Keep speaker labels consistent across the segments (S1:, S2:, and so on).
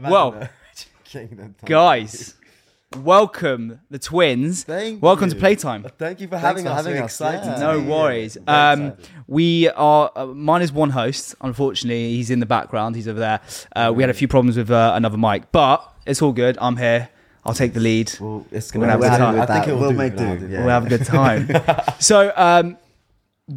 S1: Well,
S2: that. Kingdom Come.
S1: guys, welcome the twins.
S2: Thank
S1: welcome to
S2: you.
S1: Playtime.
S2: Thank you for
S3: Thanks
S2: having
S3: for
S2: us.
S3: having
S2: We're
S3: us,
S2: excited.
S3: yeah.
S2: to
S1: No
S2: be here.
S1: worries.
S2: Very
S1: Um,
S2: excited.
S1: we are. Uh, mine is one host. Unfortunately, he's in the background. He's over there. Uh, we had a few problems with uh, another mic, but it's all good. I'm here. I'll take the lead.
S2: Well, it's
S1: We'll
S2: gonna
S1: have a
S2: we'll
S1: good
S2: have
S1: time.
S2: to do
S3: I think
S2: that.
S3: it will
S2: do
S3: make
S2: it. We'll
S3: do.
S2: it.
S3: Yeah.
S1: We'll have a good time. so, um,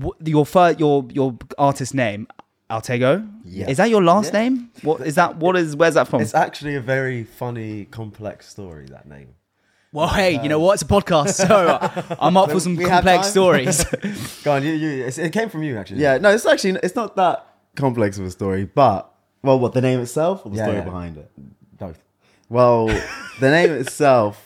S1: wh- your first, your your artist name, Altego.
S3: Yeah.
S1: Is that your last
S2: Yeah.
S1: name? What is that? What is? Where's that from?
S2: It's actually a very funny, complex story. That name.
S1: Well, hey, you know what? It's a podcast, so I'm up for some
S3: We have
S1: complex
S3: time.
S1: stories.
S2: Go on. You. you it's- it came from you, actually.
S3: Yeah, no, it's actually it's not that complex of a story, but well, what the name itself or the
S2: Yeah,
S3: story
S2: yeah.
S3: behind it?
S2: Both.
S3: Well, the name itself.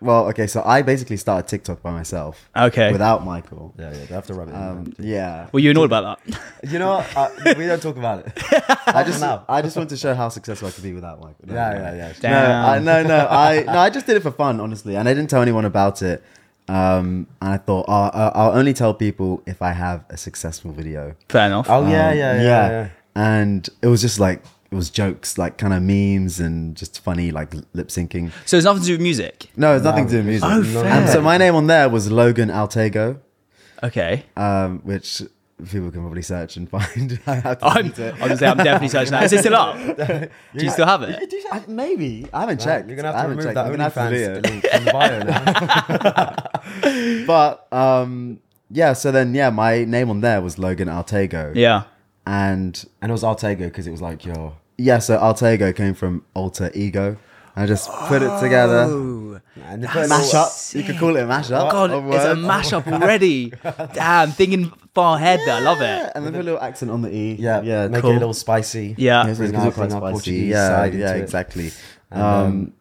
S3: Well, okay, so I basically started TikTok by myself.
S1: Okay.
S3: Without Michael.
S2: Yeah. Yeah. They have to rub it. in.
S3: Um, yeah.
S1: Were you annoyed about that?
S2: you know what? Uh, we don't talk about it.
S3: I just
S2: now.
S3: I just want to show how successful I could be without Michael. No,
S2: Yeah,
S3: no,
S2: yeah,
S3: no.
S2: yeah.
S1: Damn.
S3: No, I, no, no. I no, I just did it for fun, honestly, and I didn't tell anyone about it. Um, and I thought oh, I- I'll only tell people if I have a successful video.
S1: Fair enough.
S2: Oh yeah,
S3: Um,
S2: yeah, yeah, yeah.
S3: And it was just like it was jokes, like kind of memes and just funny like lip syncing.
S1: So it's nothing to do with music.
S3: No, it's nothing to do with music.
S1: Oh, fair.
S3: Um, so my name on there was Logan Altego,
S1: Okay.
S3: um, which people can probably search and find. I have to
S1: I'm, I'm
S3: delete it.
S1: gonna say I'm definitely searching that. Is it still up? Do you still have it?
S3: I- maybe I haven't checked.
S2: You're gonna have to
S3: I haven't
S2: remove
S3: checked.
S2: that
S3: I'm gonna have to delete it.
S2: OnlyFans link from the bio now.
S3: but um yeah so then yeah my name on there was logan altego
S1: Yeah.
S3: and
S2: and it was Altego because it was like your.
S3: yeah so altego came from alter ego i just put it together
S1: Ooh.
S2: And
S3: mash up
S1: Oh, sick.
S3: you could call it a mash up
S1: God, it's a mashup already. Damn, thinking far ahead there. I love it.
S3: and then put a little accent on the e
S2: Yeah,
S3: yeah
S2: Make
S1: cool.
S2: it a little spicy.
S1: Yeah.
S3: Yeah, so it's
S2: Bring our-
S3: quite
S2: bring our
S3: spicy.
S2: Portuguese
S3: yeah
S2: side
S3: yeah
S2: into it.
S3: exactly um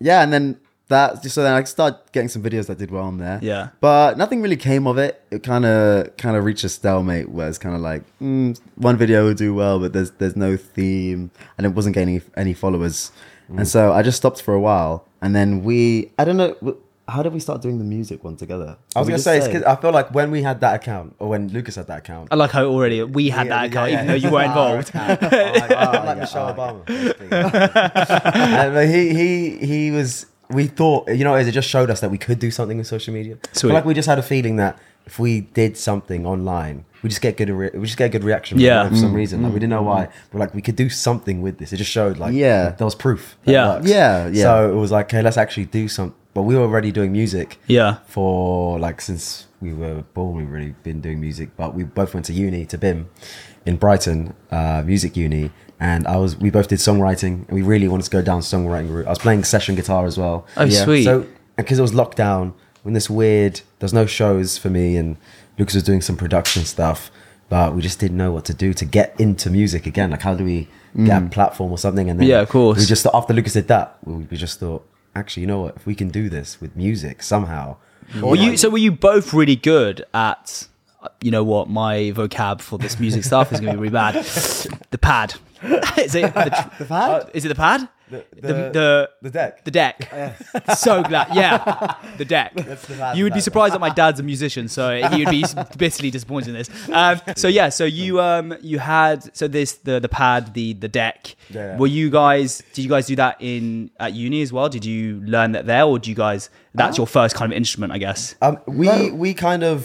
S3: yeah and then that so then i started getting some videos that did well on there
S1: Yeah.
S3: but nothing really came of it it kind of kind of reached a stalemate where it's kind of like mm, one video will do well but there's there's no theme and it wasn't getting any, any followers
S2: Mm.
S3: and so i just stopped for a while and then we i don't know w- how did we start doing the music one together
S2: I was
S3: Did we
S2: gonna
S3: just
S2: say, it's 'cause I feel like when we had that account, or when Lucas had that account,
S1: I like how already we had that account, even though you
S3: Oh
S1: were involved.
S3: Ah,
S2: I'm like Michelle Obama. And, but he he he was. We thought, you know, as it just showed us that we could do something with social media. I feel
S1: Sweet.
S2: like we just had a feeling that if we did something online, we just get good. Re- we just get a good reaction.
S1: Yeah.
S2: for some reason, like we didn't know why. But like we could do something with this. It just showed like
S3: Yeah.
S2: there was proof. that
S1: Yeah.
S2: works.
S3: Yeah, yeah.
S2: So it was like, okay, let's actually do something. But we were already doing music.
S1: Yeah.
S2: For like since we were born, we've really been doing music. But we both went to uni to BIM in Brighton, uh, music uni, and I was we both did songwriting, and we really wanted to go down songwriting route. I was playing session guitar as well.
S1: Oh, sweet.
S2: So because it was lockdown, when this weird, there's no shows for me, and Lucas was doing some production stuff, but we just didn't know what to do to get into music again. Like, how do we get a platform or something? And then
S1: Mm. Yeah, of course.
S2: We just thought after Lucas did that, we, we just thought, actually, you know what? If we can do this with music somehow,
S1: Were you so? Were you both really good at? uh, You know what? My vocab for this music stuff is going to be really bad. The pad. is it the, the pad? is it the pad? The the the,
S2: the deck.
S1: deck. so glad. Yeah, the deck.
S2: the pad,
S1: you would be
S2: pad.
S1: surprised that my dad's a musician, so he would be bitterly disappointed in this. Um, so yeah, so you um you had so this the the pad the the deck.
S2: Yeah.
S1: Were you guys? Did you guys do that in at uni as well? Did you learn that there, or do you guys? That's
S2: Uh-huh.
S1: your first kind of instrument, I guess.
S2: Um, we we kind of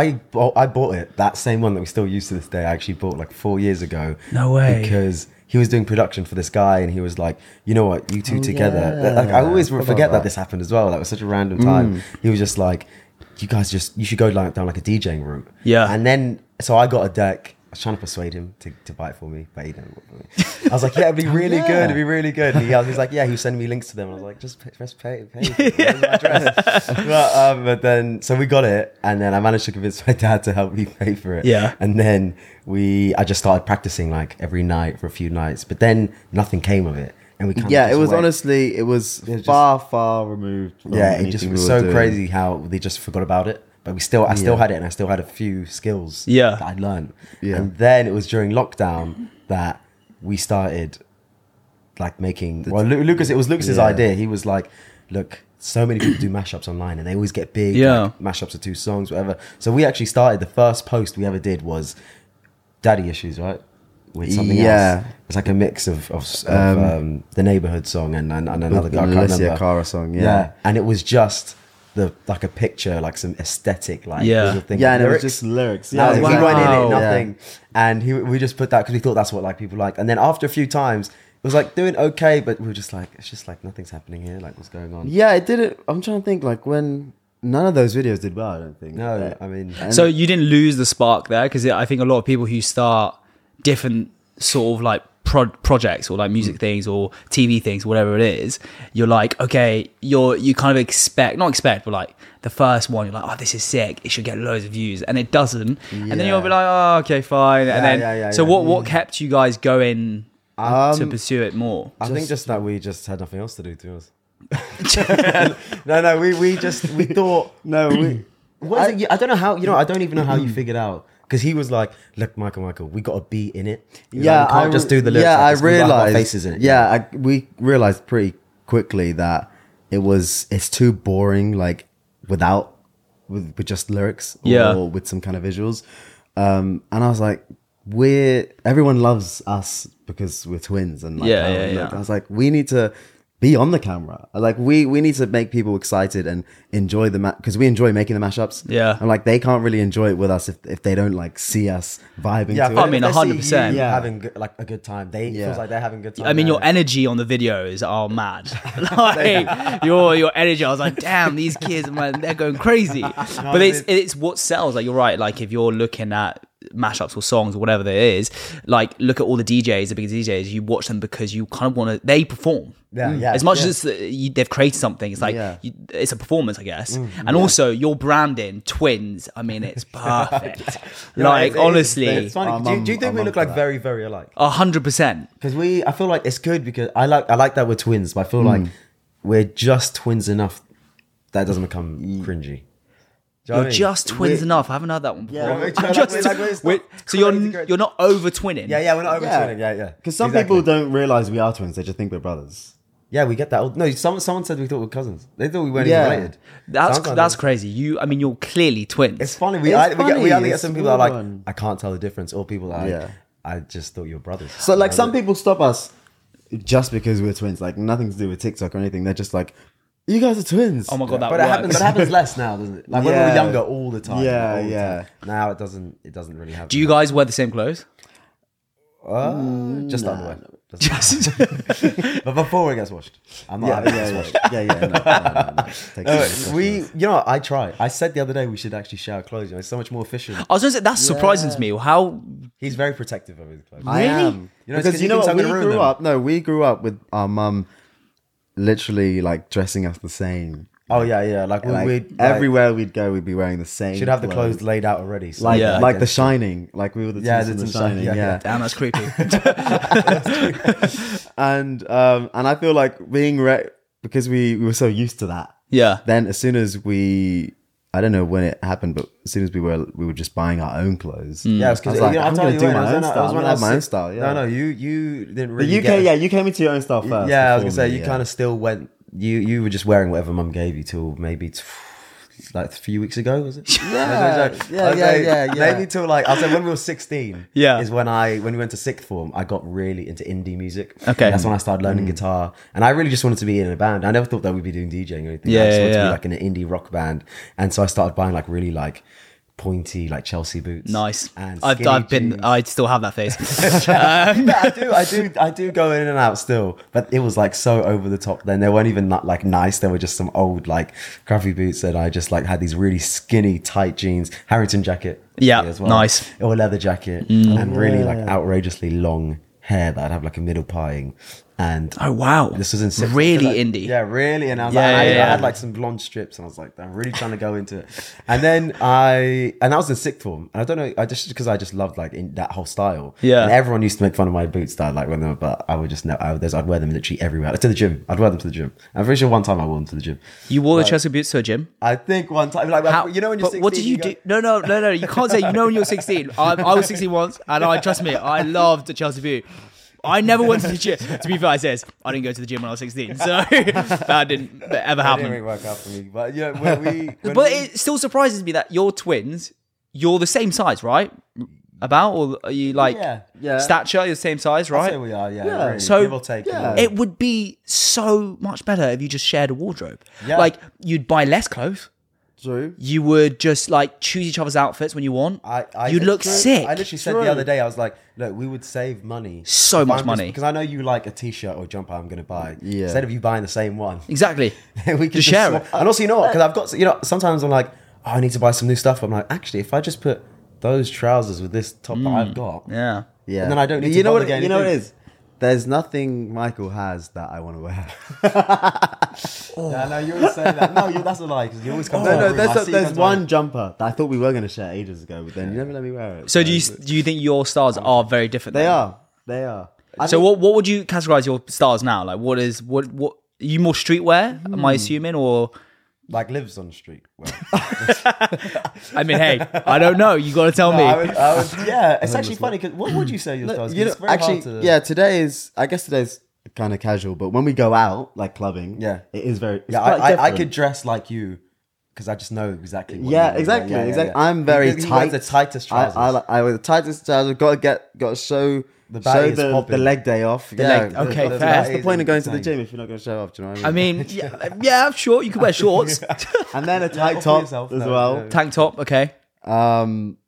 S2: I bought, I bought it that same one that we still use to this day. I actually bought like four years ago.
S1: No way.
S2: Because he was doing production for this guy, and he was like, you know what, you two together.
S3: yeah.
S2: Like I always
S3: Forgot
S2: forget
S3: about
S2: that this happened as well. That was such a random time. He was just like, you guys just you should go like, down like a DJing route.
S1: Yeah.
S2: And then so I got a deck. I was trying to persuade him to, to buy it for me, but he didn't. want it for me. I was like, yeah, it'd be really
S3: Yeah.
S2: good. It'd be really good. And he, was- he was like, yeah, he was sending me links to them. I was like, just pay, just pay. pay for it. Where's my address? but, um, but then, so we got it, and then I managed to convince my dad to help me pay for it.
S1: Yeah.
S2: And then we, I just started practicing like every night for a few nights, but then nothing came of it. And we kind
S3: yeah
S2: of
S3: it
S2: just
S3: was
S2: went-
S3: honestly it was
S2: was
S3: far far removed from
S2: Yeah, it just
S3: anything
S2: was
S3: we
S2: so
S3: were doing.
S2: crazy how they just forgot about it. But we still, I still
S3: Yeah.
S2: had it, and I still had a few skills.
S1: Yeah.
S2: that I'd learned.
S3: Yeah.
S2: and then it was during lockdown that we started like making. Well, Lu- Lucas, it was Lucas's
S3: Yeah.
S2: idea. He was like, "Look, so many people do mashups online, and they always get big.
S1: Yeah.
S2: like, mashups of two songs, whatever." So we actually started. The first post we ever did was "Daddy Issues," right? with something
S3: Yeah.
S2: else. It's like a mix of, of, s- of um, the neighborhood song and, and, and another guy. I can't
S3: Alicia
S2: remember.
S3: Cara song, yeah.
S2: and it was just the like a picture, like some aesthetic, like
S1: Yeah.
S2: little thing
S3: Yeah,
S2: with
S3: and it
S2: lyrics.
S3: was just lyrics.
S2: Yeah,
S3: Yeah,
S2: no,
S1: wow.
S2: we weren't in it,
S1: Yeah.
S2: nothing. And he, we just put that because we thought that's what like people liked. And then after a few times, it was like doing okay, but we were just like, it's just like nothing's happening here. Like what's going on?
S3: Yeah, it didn't. I'm trying to think like when none of those videos did well. I don't think.
S2: No,
S3: Uh,
S2: I mean,
S1: So you didn't lose the spark there because I think a lot of people who start different sort of like pro- projects or like
S2: Mm.
S1: music things or TV things, whatever it is, you're like, okay, you're you kind of expect not expect, but like the first one, you're like, oh, this is sick, it should get loads of views, and it doesn't, and then
S3: Yeah.
S1: you'll be like, oh, okay, fine, and
S2: Yeah,
S1: then
S2: yeah, yeah,
S1: so
S2: yeah. Mm.
S1: what what kept you guys going? to
S2: Um,
S1: pursue it more,
S2: I think just that we just had nothing else to do to us. no, no, we, we just we thought
S3: no, we, Mm.
S2: What is it? You- I don't know how you know. I don't even know how you figured out because he was like, "Look, Michael, Michael, we got to be in it. He was
S3: yeah,
S2: like, we can't
S3: I
S2: just
S3: re-
S2: do the lyrics.
S3: Yeah,
S2: like
S3: I
S2: this. We gotta have our
S3: realized.
S2: faces in it.
S3: Yeah, I, we realized pretty quickly that it was it's too boring. Like without with, with just lyrics, or
S1: Yeah.
S3: with some kind of visuals. Um, and I was like, we're everyone loves us because we're twins, and like,
S1: Yeah,
S3: how
S1: yeah,
S3: we look.
S1: yeah.
S3: I was like, we need to be on the camera. Like we we need to make people excited and enjoy the ma because we enjoy making the mashups.
S1: Yeah.
S3: and like they can't really enjoy it with us if if they don't like see us vibing.
S2: yeah.
S3: to
S1: I
S3: it.
S1: mean,
S2: if they see
S1: 100%.
S2: you
S3: Yeah.
S2: having good, like a good time. They it
S3: Yeah.
S2: feels like they're having a good time.
S1: I mean,
S2: yeah.
S1: your energy on the videos are mad. like your your energy, I was like, damn, these kids, man, they're going crazy. But it's it's what sells. Like you're right. Like if you're looking at mashups or songs or whatever there is, like look at all the DJs, the big DJs. You watch them because you kind of want to. They perform.
S2: Yeah, yeah,
S1: as much
S2: yeah.
S1: as it's, uh, you, they've created something, it's like
S3: Yeah.
S1: you, it's a performance, I guess.
S2: Mm.
S1: and also your branding, twins. I mean, it's perfect.
S2: You know,
S1: like
S2: it- it is-
S1: honestly,
S2: it's funny.
S3: I'm-
S2: do, you- do you
S3: I'm-
S2: think we
S3: I'm
S2: look
S3: up for
S2: like very, very alike?
S1: a hundred percent.
S2: Because we, I feel like it's good because I like I like that we're twins, but I
S3: Hmm.
S2: feel like we're just twins enough that doesn't become cringy. Do you know what I
S1: You're
S2: mean?
S1: just twins
S3: we're-
S1: enough. I haven't heard that one before.
S2: Yeah, we're
S1: I'm
S2: just-
S1: just-
S2: we're like, we're just
S1: we're-
S2: not
S1: so you're
S2: crazy
S1: n-
S2: great.
S1: you're not over twinning.
S2: yeah, yeah. We're not over
S3: Yeah.
S2: twinning. Yeah, yeah.
S3: Because some
S2: Exactly.
S3: people don't realize we are twins; they just think we're brothers.
S2: Yeah, we get that. old- No, someone someone said we thought we were cousins. They thought we weren't
S3: Yeah.
S2: even related.
S1: That's
S2: Sounds like
S1: that's
S2: it.
S1: crazy. You, I mean, you're clearly twins.
S2: It's funny. We
S3: It's
S2: I, we, get, we
S3: funny,
S2: only get
S3: it's
S2: some people that are
S3: weird
S2: like,
S3: one.
S2: I can't tell the difference, or people that are like,
S3: Yeah.
S2: I just thought you were brothers.
S3: So, like,
S2: And I
S3: some
S2: was
S3: people stop us just because we're twins. Like, nothing to do with TikTok or anything. They're just like, "You guys are twins."
S1: oh my god, that
S2: But it
S1: works.
S2: happens. But it happens less now, doesn't it? Like when we were
S3: Yeah.
S2: younger, all the time.
S3: Yeah,
S2: all the
S3: yeah.
S2: time. Now it doesn't. It doesn't really happen.
S1: Do you guys wear the same clothes?
S2: Uh, just underwear. Just underwear. but before it gets washed, I'm not.
S3: Yeah,
S2: having it gets
S3: yeah, yeah,
S2: washed.
S3: yeah, yeah. no, no, no, no, no. Take
S2: Uh,
S3: it easy.
S2: we, you know, I try. I said the other day we should actually shower clothes. You know, it's so much more efficient.
S1: I was gonna say that's surprising to me. How
S2: He's very protective of his clothes.
S3: I
S1: Really?
S3: am.
S2: You know, it's 'cause
S3: because
S2: you
S3: you know
S2: thinks
S3: what?
S2: I'm
S3: We
S2: gonna ruin
S3: grew
S2: them.
S3: up. No, we grew up with our mum, literally like dressing us the same.
S2: oh yeah, yeah. Like, we,
S3: Like,
S2: we'd like,
S3: everywhere we'd go, we'd be wearing the same.
S2: should have the clothes laid out already. So
S3: Like,
S1: Yeah.
S3: like The Shining. Like we were the
S2: Yeah,
S3: twins
S2: the
S3: in The
S2: twins in Shining,
S3: Shining.
S2: yeah,
S3: yeah.
S2: yeah.
S1: damn, that's creepy.
S3: and um and I feel like being re- because we, we were so used to that.
S1: yeah,
S3: Then as soon as we I don't know when it happened, but as soon as we were we were just buying our own clothes.
S2: Yeah, it's
S3: I
S2: because
S3: was like,
S2: you know,
S3: I'm
S2: I'm telling
S3: gonna
S2: you,
S3: do
S2: when I
S3: my
S2: was
S3: own
S2: in- I
S3: style.
S2: was
S3: I'm
S2: when
S3: gonna
S2: I
S3: have
S2: was
S3: my own
S2: six-
S3: style. Yeah.
S2: No, no, you you didn't
S3: The
S2: really.
S3: UK,
S2: get it.
S3: yeah, you came into your own style first.
S2: yeah. I was gonna
S3: before
S2: say
S3: me,
S2: you
S3: yeah.
S2: kind of still went. You you were just wearing whatever mum gave you till maybe. T- like a few weeks ago, was it?
S3: Yeah.
S2: That's what I was
S3: Yeah,
S2: I'd
S3: yeah,
S2: say
S3: yeah, yeah.
S2: Maybe till like I said when we were sixteen.
S1: Yeah.
S2: is when I when we went to sixth form, I got really into indie music.
S1: Okay. Mm.
S2: that's when I started learning guitar, and I really just wanted to be in a band. I never thought that we'd be doing DJing or anything.
S1: Yeah,
S2: I just
S1: yeah,
S2: wanted to
S1: yeah.
S2: be like in an indie rock band, and so I started buying like really like pointy like Chelsea boots.
S1: nice.
S2: and
S1: I've
S2: skinny
S1: I've
S2: jeans.
S1: been. I still have that face. Um,
S2: But I do, I do, I do go in and out still. But it was like so over the top. Then they weren't even not, like nice. They were just some old like crappy boots, and I just like had these really skinny tight jeans, Harrington jacket,
S1: Yeah, nice. Mm.
S2: or a leather jacket, and really like outrageously long hair that I'd have like a middle pieing. And
S1: oh wow,
S2: this was in sixth-
S1: really
S2: like-
S1: indie.
S2: Yeah, really. And I was
S1: Yeah,
S2: like, I,
S1: yeah,
S2: I had
S1: yeah.
S2: like some blonde strips, and I was like, I'm really trying to go into it. And then I, and I was in sixth form, and I don't know, I just because I just loved like in that whole style.
S1: Yeah.
S2: And everyone used to make fun of my boot style, like when they were, but I would just know, I would, I'd wear them literally everywhere. Like, to the gym, I'd wear them to the gym. I'm pretty sure one time I wore them to the gym.
S1: You wore the Chelsea boots to a gym.
S2: I think one time, like,
S1: How-
S2: you know, when you're
S1: but
S2: 16,
S1: what did you,
S2: go-
S1: do? No, no, no, no. You can't say you know when you're 16. I, I was 16 once, and I trust me, I loved the Chelsea View. I never went to the gym. To be fair, I says I didn't go to the gym when I was 16, so that didn't ever
S2: It didn't
S1: happen.
S2: really work out for me, but yeah, when we, when
S1: But
S2: we-
S1: it still surprises me that you're twins. You're the same size, right? about, or are you like
S2: Yeah,
S3: yeah.
S1: stature, you're the same size,
S2: I'd say
S1: right?
S2: we are, yeah.
S3: Yeah.
S2: really,
S1: So-
S2: give or take. give or
S3: Yeah.
S2: take.
S1: It would be so much better if you just shared a wardrobe.
S2: Yeah.
S1: Like you'd buy less clothes.
S3: True.
S1: You would just like choose each other's outfits when you want.
S2: I, I
S1: you look
S2: True.
S1: sick.
S2: I literally said
S3: True.
S2: the other day, I was like, look, we would save money.
S1: So much money.
S2: Because I know you like a t shirt or jumper I'm going to buy.
S3: Yeah.
S2: Instead of you buying the same one,
S1: exactly.
S2: we could
S1: Just share
S2: swap-
S1: it.
S2: And also, you know what? Because I've got, you know, sometimes I'm like, oh, I need to buy some new stuff. I'm like, actually, if I just put those trousers with this top that I've got,
S1: Mm. Yeah.
S3: Yeah.
S2: And then I don't need
S3: you
S2: to
S3: know
S2: bother
S3: what
S2: getting
S3: you know what it
S2: anything.
S3: is. There's nothing Michael has that I want to wear.
S2: Yeah, no, you always say that. No, you, that's a lie because you always come.
S3: No,
S2: to my
S3: no,
S2: room, I
S3: there's,
S2: see you
S3: there's
S2: come to my-
S3: one jumper that I thought we were going to share ages ago, but then you never let me wear it.
S1: So do you do you think your stars are very different?
S3: They
S1: then?
S3: are. They are. I
S1: So
S3: think-
S1: what what would you categorize your stars now? Like what is what what are you more streetwear? Am
S3: Hmm.
S1: I assuming or
S2: like lives on the street. Well,
S1: I mean, hey, I don't know. You got to tell me.
S2: I would, I would, yeah, it's actually funny because what would you say your stars? 'Cause
S3: you know,
S2: it's very
S3: actually,
S2: hard to,
S3: yeah, today is. I guess today's kind of casual, but when we go out, like clubbing,
S2: Yeah.
S3: it is very. It's
S2: Yeah,
S3: quite
S2: I, I, I
S3: different.
S2: could dress like you because I just know exactly. What
S3: Yeah,
S2: you mean.
S3: exactly, exactly. I'm very
S2: He- he wears
S3: tight.
S2: the tightest
S3: I,
S2: trousers.
S3: I, li- I wear the tightest trousers. I've got to get, got to show the
S2: baggy
S3: show
S2: is
S3: the, the
S2: popping.
S3: leg day off. yeah,
S1: leg- okay,
S3: that's-
S1: fair.
S3: That's
S2: Baggy
S3: the
S2: is
S3: point of going to the
S2: insane.
S3: gym if you're not going to show up. Do you know what I
S1: I
S3: mean?
S1: mean, yeah, yeah, sure. You could wear shorts,
S3: and then a
S2: offer
S3: tight top
S2: yourself,
S3: as
S2: no,
S3: well.
S1: tank top, okay,
S3: Um,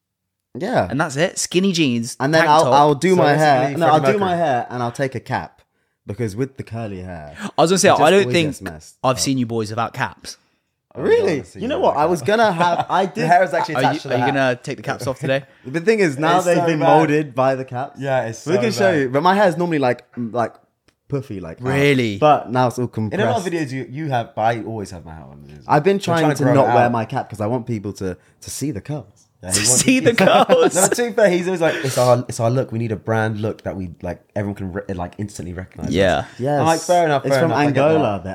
S3: yeah,
S1: and that's it. Skinny jeans,
S3: and then
S1: tank
S3: I'll,
S1: top.
S3: I'll do
S2: So
S3: my hair.
S2: basically
S3: No, I'll
S2: Freddie
S3: do my
S2: Mercury.
S3: hair and I'll take a cap because with the curly hair,
S1: I was gonna say,
S3: it just
S1: I don't
S3: always Oh.
S1: think
S3: gets messed
S1: I've seen you boys without caps.
S3: really.
S2: see
S3: You know
S2: you
S3: what?
S2: like
S3: I was gonna have. I did.
S2: the hair is actually
S1: Are
S2: attached to
S1: you, are
S2: the
S1: you
S2: hat.
S1: gonna take the caps off today?
S3: The thing is, now
S2: It's
S3: they've
S2: so
S3: been
S2: bad.
S3: molded by the caps.
S2: Yeah, it's
S3: we
S2: so
S3: can show
S2: bad.
S3: you. But my hair is normally like mm, like puffy, like out.
S1: Really?
S3: But now it's all compressed.
S2: In a lot of videos, you, you have, but I always have my hat on.
S3: I've been trying,
S2: trying to
S3: to,
S2: grow
S3: not
S2: it
S3: wear
S2: out.
S3: my cap because I want people to to see the curls.
S2: Yeah, he wants-
S1: See the girls.
S2: No, but to be fair, he's always like, it's our, it's our look. We need a brand look that we like, everyone can re- like instantly recognize.
S1: Yeah.
S3: Yes.
S2: I'm like, fair enough.
S3: It's
S2: fair
S3: from
S2: enough, I get
S3: Angola. The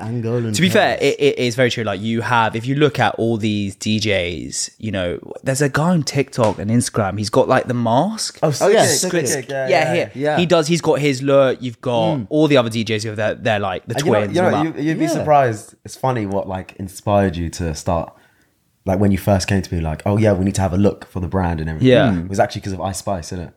S3: Angolan.
S1: To be fair, it, it is very true. Like you have, if you look at all these DJs, you know, there's a guy on TikTok and Instagram. He's got like the mask.
S2: Oh,
S3: yeah,
S2: sick,
S1: Squid-
S2: sick, sick, yeah,
S1: yeah,
S2: yeah,
S1: here.
S3: yeah.
S1: He does. He's got his look. You've got all the other DJs who have their, they're like the
S2: And Uh, you know,
S1: twins.
S2: you
S1: and all
S2: know,
S1: that.
S2: you, you'd be
S3: Yeah.
S2: surprised. It's funny what like inspired you to start. Like when you first came to me, like, oh yeah, we need to have a look for the brand and everything.
S1: Yeah.
S2: it was actually because of Ice Spice, isn't it?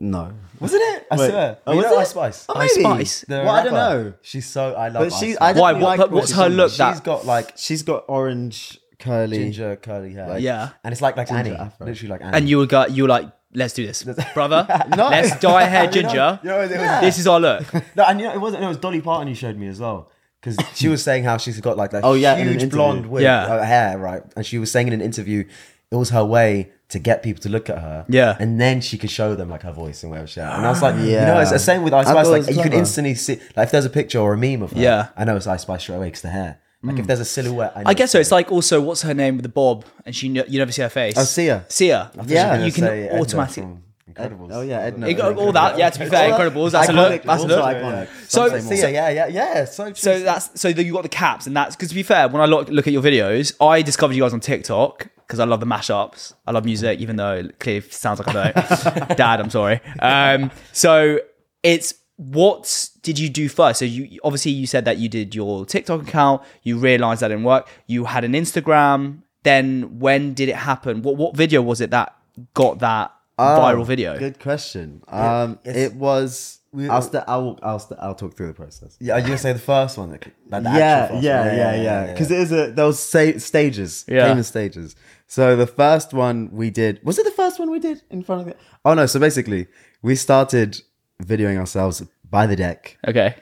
S3: no.
S2: Wasn't it? I
S3: Wait.
S2: swear.
S3: Oh,
S2: you
S3: was
S2: know
S3: it?
S2: Ice Spice.
S3: Oh,
S1: Ice
S3: maybe.
S1: Spice.
S2: The
S3: well, I don't
S2: rapper.
S3: know.
S2: She's so I love.
S3: But she,
S2: Ice
S3: I
S2: Spice.
S1: Why?
S3: definitely
S1: What-
S3: like
S1: what's
S3: she's
S1: her
S3: on.
S1: look that-
S2: She's got like
S3: She's got orange curly.
S2: ginger curly hair.
S1: Yeah.
S2: and it's like like Annie,
S3: afro.
S2: literally like Annie.
S1: and you would go, you were like, let's do this, brother. Let's dye our hair ginger.
S2: you know, it was-
S1: This is our look.
S2: no, and you know, it wasn't. It was Dolly Parton you showed me as well. Because she was saying how she's got like that
S3: Oh, yeah, in an
S2: huge
S3: interview.
S2: blonde wig,
S1: Yeah.
S2: uh, hair, right? And she was saying in an interview, it was her way to get people to look at her.
S1: Yeah.
S2: And then she could show them like her voice and whatever shit. And I was like, you
S3: Yeah.
S2: know, it's the same with Ice
S3: I
S2: Spice.
S3: thought it
S2: Like,
S3: was
S2: you could
S3: clever.
S2: instantly see, like, if there's a picture or a meme of her,
S1: Yeah.
S2: I know it's Ice Spice straight away because the hair. Like, if there's a silhouette, I, know
S1: I guess so. It's like also, what's her name with the bob, and she kn- you never see her face.
S3: Oh, Sia.
S1: Sia.
S3: Yeah.
S1: you can
S2: Say Edna
S1: automatically.
S2: from Incredibles.
S3: Oh yeah, Edna.
S1: You got all that, yeah. To be fair, Incredibles. That's a look.
S3: iconic.
S1: That's a
S3: also
S1: look.
S3: iconic.
S1: So-
S3: Some say more.
S2: See, yeah, yeah, yeah. So, true.
S1: So that's so that you got the caps, and that's because to be fair, when I look look at your videos, I discovered you guys on TikTok because I love the mashups. I love music, even though it clearly sounds like I don't. Dad, I'm sorry. Um, so it's what did you do first? So you obviously you said that you did your TikTok account. You realized that didn't work. You had an Instagram. Then when did it happen? What what video was it that got that viral video?
S3: Oh, Um, Good question. Um,
S2: it's-
S3: it was.
S2: We-
S3: I'll, st- I'll, I'll, st- I'll talk through the process.
S2: yeah, you gonna say the first one? Like, like the
S3: yeah,
S2: actual first
S3: yeah,
S2: one.
S3: yeah, yeah, Because it is a those sta- stages.
S1: Yeah.
S3: came in stages. So the first one we did was it the first one we did in front of the? Oh no! So basically, we started videoing ourselves by the deck.
S1: Okay.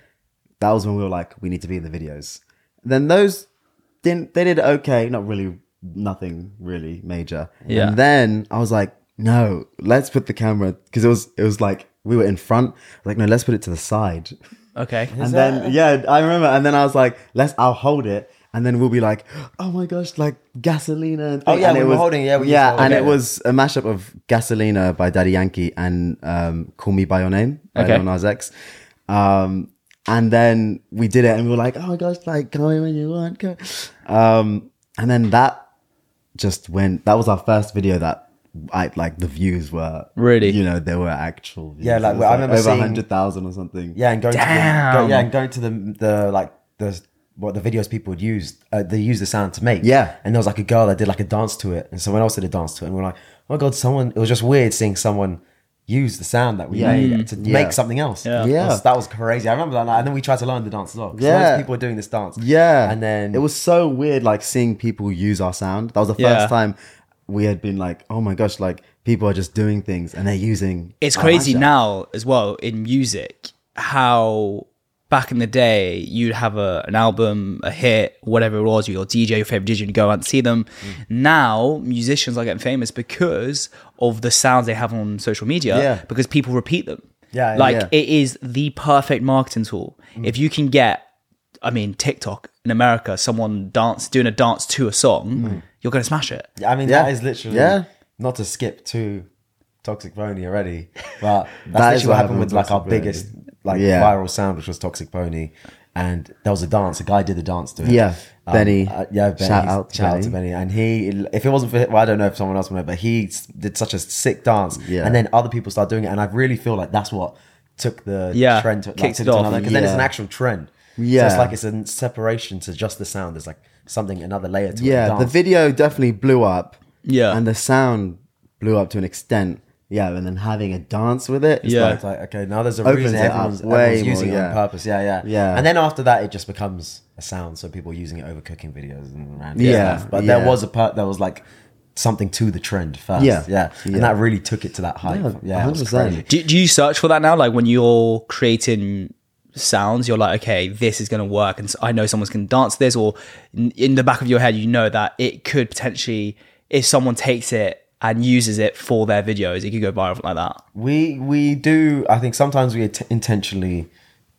S3: That was when we were like, we need to be in the videos. Then those didn't. They did okay. Not really. Nothing really major.
S1: Yeah.
S3: And then I was like, no, let's put the camera because it was it was like we were in front. Like no, let's put it to the side
S1: Okay.
S3: and then yeah, I remember. And then I was like, "Let's, I'll hold it." And then we'll be like, "Oh my gosh, like Gasolina!" And
S2: Oh,
S3: thing.
S2: yeah,
S3: and
S2: we
S3: it
S2: were
S3: was,
S2: holding it, yeah, we used to
S3: yeah,
S2: hold
S3: and
S2: it.
S3: it was a mashup of Gasolina by Daddy Yankee and um, "Call Me by Your Name" by
S1: Okay.
S3: Lil Nas X. Um, and then we did it, and we were like, "Oh my gosh, like come in when you want." Go. Um, and then that just went. That was our first video that. I like the views were
S1: Really?
S3: you know, there were actual views.
S2: Yeah, like,
S3: It was,
S2: well, I remember
S3: over
S2: seeing-
S3: hundred thousand or something.
S2: Yeah, and going to
S1: Damn.
S2: the, go, yeah, and going to the the like the what the videos people would use, uh, they use the sound to make.
S3: Yeah.
S2: And there was like a girl that did like a dance to it, and someone else did a dance to it, and we're like, oh my god, someone. It was just weird seeing someone use the sound that we
S3: Yeah. Mm.
S2: made to
S3: Yeah.
S2: make something else.
S1: Yeah.
S3: Yeah.
S2: That was, that was crazy. I remember that night, and then we tried to learn the dance as well. 'cause
S3: Yeah.
S2: loads of people were doing this dance.
S3: Yeah.
S2: and then
S3: it was so weird, like seeing people use our sound. That was the first
S1: Yeah.
S3: time we had been like, oh my gosh, like people are just doing things and they're using.
S1: It's
S3: our
S1: crazy
S3: mashup.
S1: now as well in music how back in the day you'd have a, an album, a hit, whatever it was, or your DJ, your favorite DJ, and go out and see them. Now musicians are getting famous because of the sounds they have on social media
S3: Yeah.
S1: because people repeat them.
S2: Yeah, yeah,
S1: like
S3: yeah.
S1: it is the perfect marketing tool. If you can get, I mean, TikTok in America, someone dance doing a dance to a song, you're gonna smash it.
S2: I mean,
S3: Yeah.
S2: that is literally
S3: Yeah.
S2: not to skip to Toxic Pony already, but that's
S3: That
S2: literally
S3: is
S2: what happened with like our
S3: Toxic Pony.
S2: biggest like
S3: Yeah.
S2: viral sound, which was Toxic Pony, and there was a dance. A guy did the dance to it.
S3: Yeah. Benny.
S2: uh, yeah, Benny.
S3: Shout out to
S2: shout out to Benny. And he, if it wasn't for him, well, I don't know if someone else would know, but he s- did such a sick dance.
S3: Yeah.
S2: And then other people started doing it, and I really feel like that's what took the
S1: Yeah,
S2: trend to, like,
S1: kicked
S2: took
S1: it off.
S2: Because then it's
S3: Yeah.
S2: an actual trend.
S3: Yeah.
S2: so it's like it's a separation to just the sound. There's like something another layer to it.
S3: Yeah, the
S2: dance.
S3: video definitely blew up.
S1: Yeah.
S3: And the sound blew up to an extent. Yeah, and then having a dance with it. it's
S1: Yeah.
S3: like-
S2: It's like, okay, now there's a
S3: Opens
S2: reason
S3: it up
S2: everyone's,
S3: way
S2: everyone's using
S3: more,
S2: it
S3: yeah.
S2: on purpose. Yeah, yeah,
S3: Yeah.
S2: And then after that, it just becomes a sound. So people are using it over cooking videos and random
S3: Yeah,
S2: stuff. But
S3: yeah.
S2: there was a part that was like something to the trend first.
S3: Yeah,
S2: Yeah, yeah. And
S3: yeah.
S2: that really took it to that height.
S3: Yeah,
S2: Yeah, yeah it was
S3: 100%.
S2: crazy.
S1: Do, do you search for that now? Like when you're creating sounds, you're like, okay, this is going to work. And s- I know someone can dance this, or in, in the back of your head, you know that it could potentially, if someone takes it and uses it for their videos, it could go viral like that.
S2: We we do. I think sometimes we int- intentionally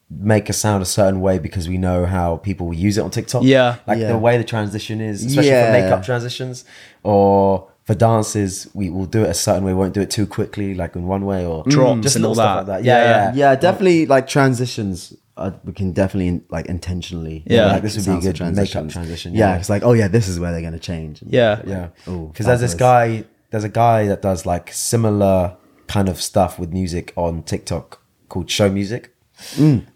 S2: make a sound a certain way because we know how people will use it on TikTok.
S1: Yeah.
S2: like
S3: Yeah.
S2: the way the transition is, especially
S3: Yeah.
S2: for makeup transitions or for dances, we will do it a certain way. We won't do it too quickly, like in one way or
S1: Drops
S2: just
S1: and
S2: little
S1: all
S2: stuff
S1: that.
S2: like that. Yeah, yeah.
S3: yeah, definitely like transitions. Uh, we can definitely like intentionally.
S1: Yeah.
S3: make
S1: Like,
S2: this would be
S3: sounds
S2: a
S3: of
S2: good makeup
S3: transitions.
S2: transition,
S3: Yeah,
S2: yeah.
S3: it's like oh yeah, this is where they're gonna change. And-
S1: Yeah.
S2: yeah.
S3: Oh,
S2: Because there's this
S3: fabulous.
S2: guy, there's a guy that does like similar kind of stuff with music on TikTok called Show Music.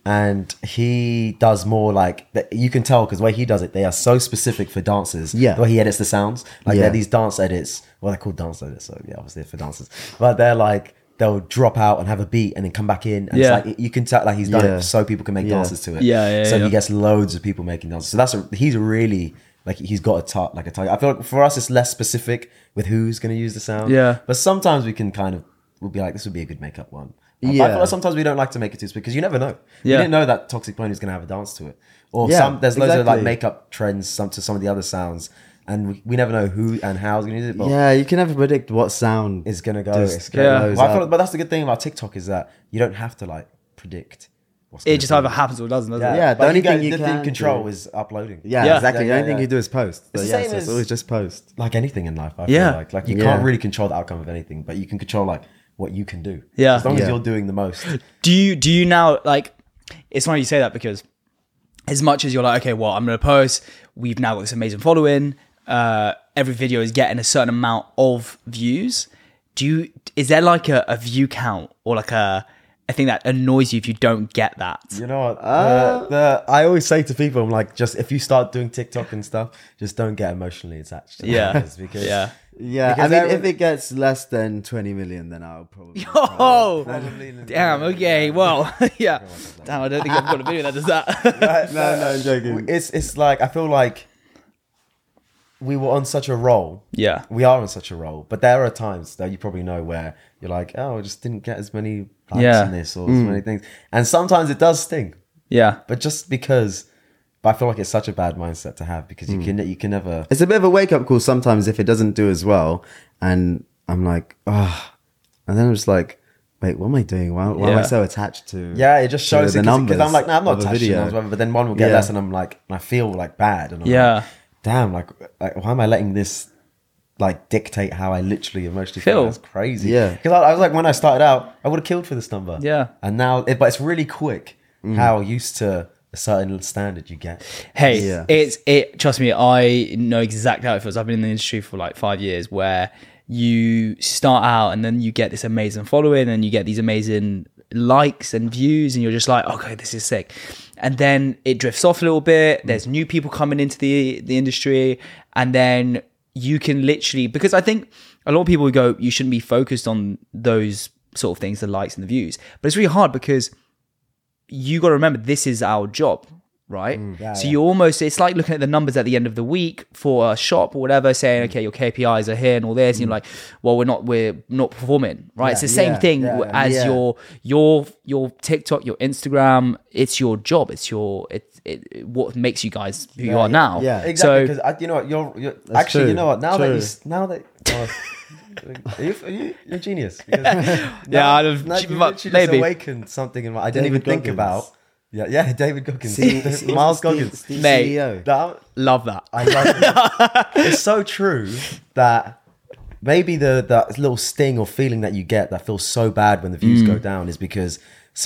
S2: And he does more like that- you can tell because the way he does it, they are so specific for dances.
S3: Yeah.
S2: the way he edits the sounds, like
S3: Yeah.
S2: they're these dance edits. Well, they're called dance edits, so yeah, obviously they're for dancers. But they're like they'll drop out and have a beat and then come back in. And
S1: Yeah.
S2: it's like you can tell like he's done
S3: Yeah.
S2: it so people can make
S3: Yeah.
S2: dances to it.
S1: Yeah, yeah,
S2: So
S1: yeah.
S2: you gets loads of people making dances. So that's a, he's really like he's got a tar- like a target. I feel like for us it's less specific with who's going to use the sound.
S1: Yeah.
S2: But sometimes we can kind of we'll be like this would be a good makeup one. But I
S3: Yeah.
S2: feel like sometimes we don't like to make it too specific because you never know.
S1: Yeah.
S2: You didn't know that Toxic Pony was going to have a dance to it. Or
S3: Yeah,
S2: some there's loads of like
S3: exactly.
S2: makeup trends some to some of the other sounds and we, we never know who and how is going to use it. But
S3: Yeah, you can never predict what sound
S2: is going to go.
S3: Just
S2: It's gonna
S1: Yeah.
S2: go.
S3: blows
S2: But, I feel
S3: up.
S2: like- but that's the good thing about TikTok is that you don't have to like predict. What's
S1: It
S2: gonna
S1: just
S2: be.
S1: either happens or doesn't, doesn't
S2: Yeah,
S1: it?
S3: Yeah,
S2: Uh, but
S3: the only
S2: guys-
S3: thing you
S2: the
S3: can
S2: control
S3: do-
S2: is uploading.
S3: Yeah,
S1: Yeah.
S3: exactly.
S2: Yeah,
S3: the
S2: yeah,
S3: only thing
S2: yeah.
S3: you do is post. So,
S2: the
S3: yeah,
S2: same
S3: so it's
S2: as-
S3: always just post.
S2: Like anything in life, I
S1: Yeah.
S2: feel like like you
S3: Yeah.
S2: can't really control the outcome of anything, but you can control like what you can do.
S1: Yeah.
S2: as long
S3: Yeah.
S2: as you're doing the most.
S1: Do you do you now like? It's funny you say that because as much as you're like, okay, well, I'm gonna post. We've now got this amazing following. Uh, every video is getting a certain amount of views. Do you? Is there like a, a view count or like a a thing that annoys you if you don't get that?
S2: You know what?
S3: Uh,
S2: the, the, I always say to people, I'm like, just if you start doing TikTok and stuff, just don't get emotionally attached. To
S1: Yeah.
S2: things because
S1: Yeah.
S3: Yeah,
S2: Because
S3: I mean,
S2: everyone-
S3: if it gets less than 20 million, then I'll probably.
S1: Oh, damn. Okay. Well, yeah. Damn. I don't think I've got a video that does that.
S2: no,
S3: no, no, I'm joking.
S2: It's it's like I feel like we were on such a roll.
S1: Yeah.
S2: we are on such a roll. But there are times that you probably know where you're like, oh, I just didn't get as many likes
S1: Yeah.
S2: on this or as many things, and sometimes it does sting.
S1: yeah.
S2: But just because, but I feel like it's such a bad mindset to have because you can you can never.
S3: It's a bit of a wake up call sometimes if it doesn't do as well. And I'm like, ah. And then I'm just like, wait, what am I doing? Why, why am I
S1: Yeah.
S3: so attached to.
S2: Yeah, it just
S3: to
S2: shows
S3: the numbers.
S2: because I'm like, no, I'm not
S3: of a
S2: touching
S3: video.
S2: those, whatever. But then one will get
S3: Yeah.
S2: less, and I'm like, and I feel like bad, and I'm
S1: Yeah.
S2: like, damn, like, like why am I letting this like dictate how I literally emotionally feel?
S1: Feel.
S2: That's crazy.
S3: Yeah.
S2: because I, I was like, when I started out, I would have killed for this number.
S1: Yeah.
S2: and now, it, but it's really quick
S3: Mm.
S2: how used to a certain standard you get.
S1: Hey,
S3: Yeah.
S1: it's it. Trust me, I know exactly how it feels. I've been in the industry for like five years, where you start out and then you get this amazing following and you get these amazing likes and views, and you're just like, okay, "Oh, this is sick. and then it drifts off a little bit. There's new people coming into the the industry, and then you can literally because I think a lot of people would go, you shouldn't be focused on those sort of things, the likes and the views. But it's really hard because you got to remember this is our job, right? so you almost it's like looking at the numbers at the end of the week for a shop or whatever,
S2: Mm.
S1: saying okay, your KPIs are here and all this, and you're like, well, we're not we're not performing, right? it's the same
S3: yeah,
S1: thing
S3: yeah,
S1: as
S3: yeah.
S1: your your your TikTok, your Instagram. It's your job. It's your it, it what makes you guys who you are now.
S3: yeah.
S2: Exactly,
S1: So
S2: because I you know what you're, you're actually you
S3: true,
S2: know what now that you
S3: true.
S2: s- now that oh, are you, are you you're a genius. yeah,
S1: Yeah, I'd have-
S2: now, you
S1: but
S2: literally just
S1: maybe.
S2: awakened something in my, I didn't
S3: David
S2: even think
S3: Goggins.
S2: about. Yeah, yeah, David Goggins,
S3: E
S2: Miles
S3: Miles
S2: Goggins.
S3: Goggins,
S1: Mate.
S3: CEO.
S2: That-
S1: love that.
S2: I love it. it's so true that maybe the that little sting or feeling that you get that feels so bad when the views
S1: Mm.
S2: go down is because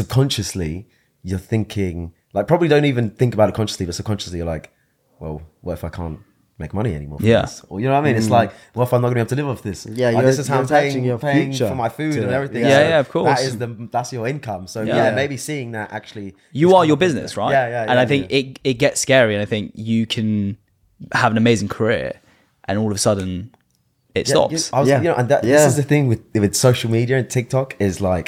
S2: subconsciously you're thinking like probably don't even think about it consciously, but subconsciously you're like, well, what if I can't make money anymore? For
S1: Yeah. Mm.
S2: this? or you know what I mean. It's like, what if I'm not gonna be able to live off this?
S3: Yeah,
S2: Like,
S3: you're-
S2: this is how
S3: you're
S2: I'm paying,
S3: attaching your
S2: paying
S3: future
S2: for my food
S3: to
S2: and
S3: it.
S2: everything.
S1: Yeah,
S2: So
S1: yeah, of course.
S2: That is the that's your income. So
S1: Yeah.
S2: yeah, maybe seeing that actually
S1: you
S2: is
S1: are
S2: kind
S1: your
S2: of-
S1: business, right?
S2: Yeah, yeah.
S1: And I think it it gets scary, and I think you can have an amazing career, and all of a sudden, it
S2: Yeah,
S1: stops.
S2: you- I was,
S3: Yeah.
S2: you know, and that,
S3: Yeah.
S2: this is the thing with with social media and TikTok is like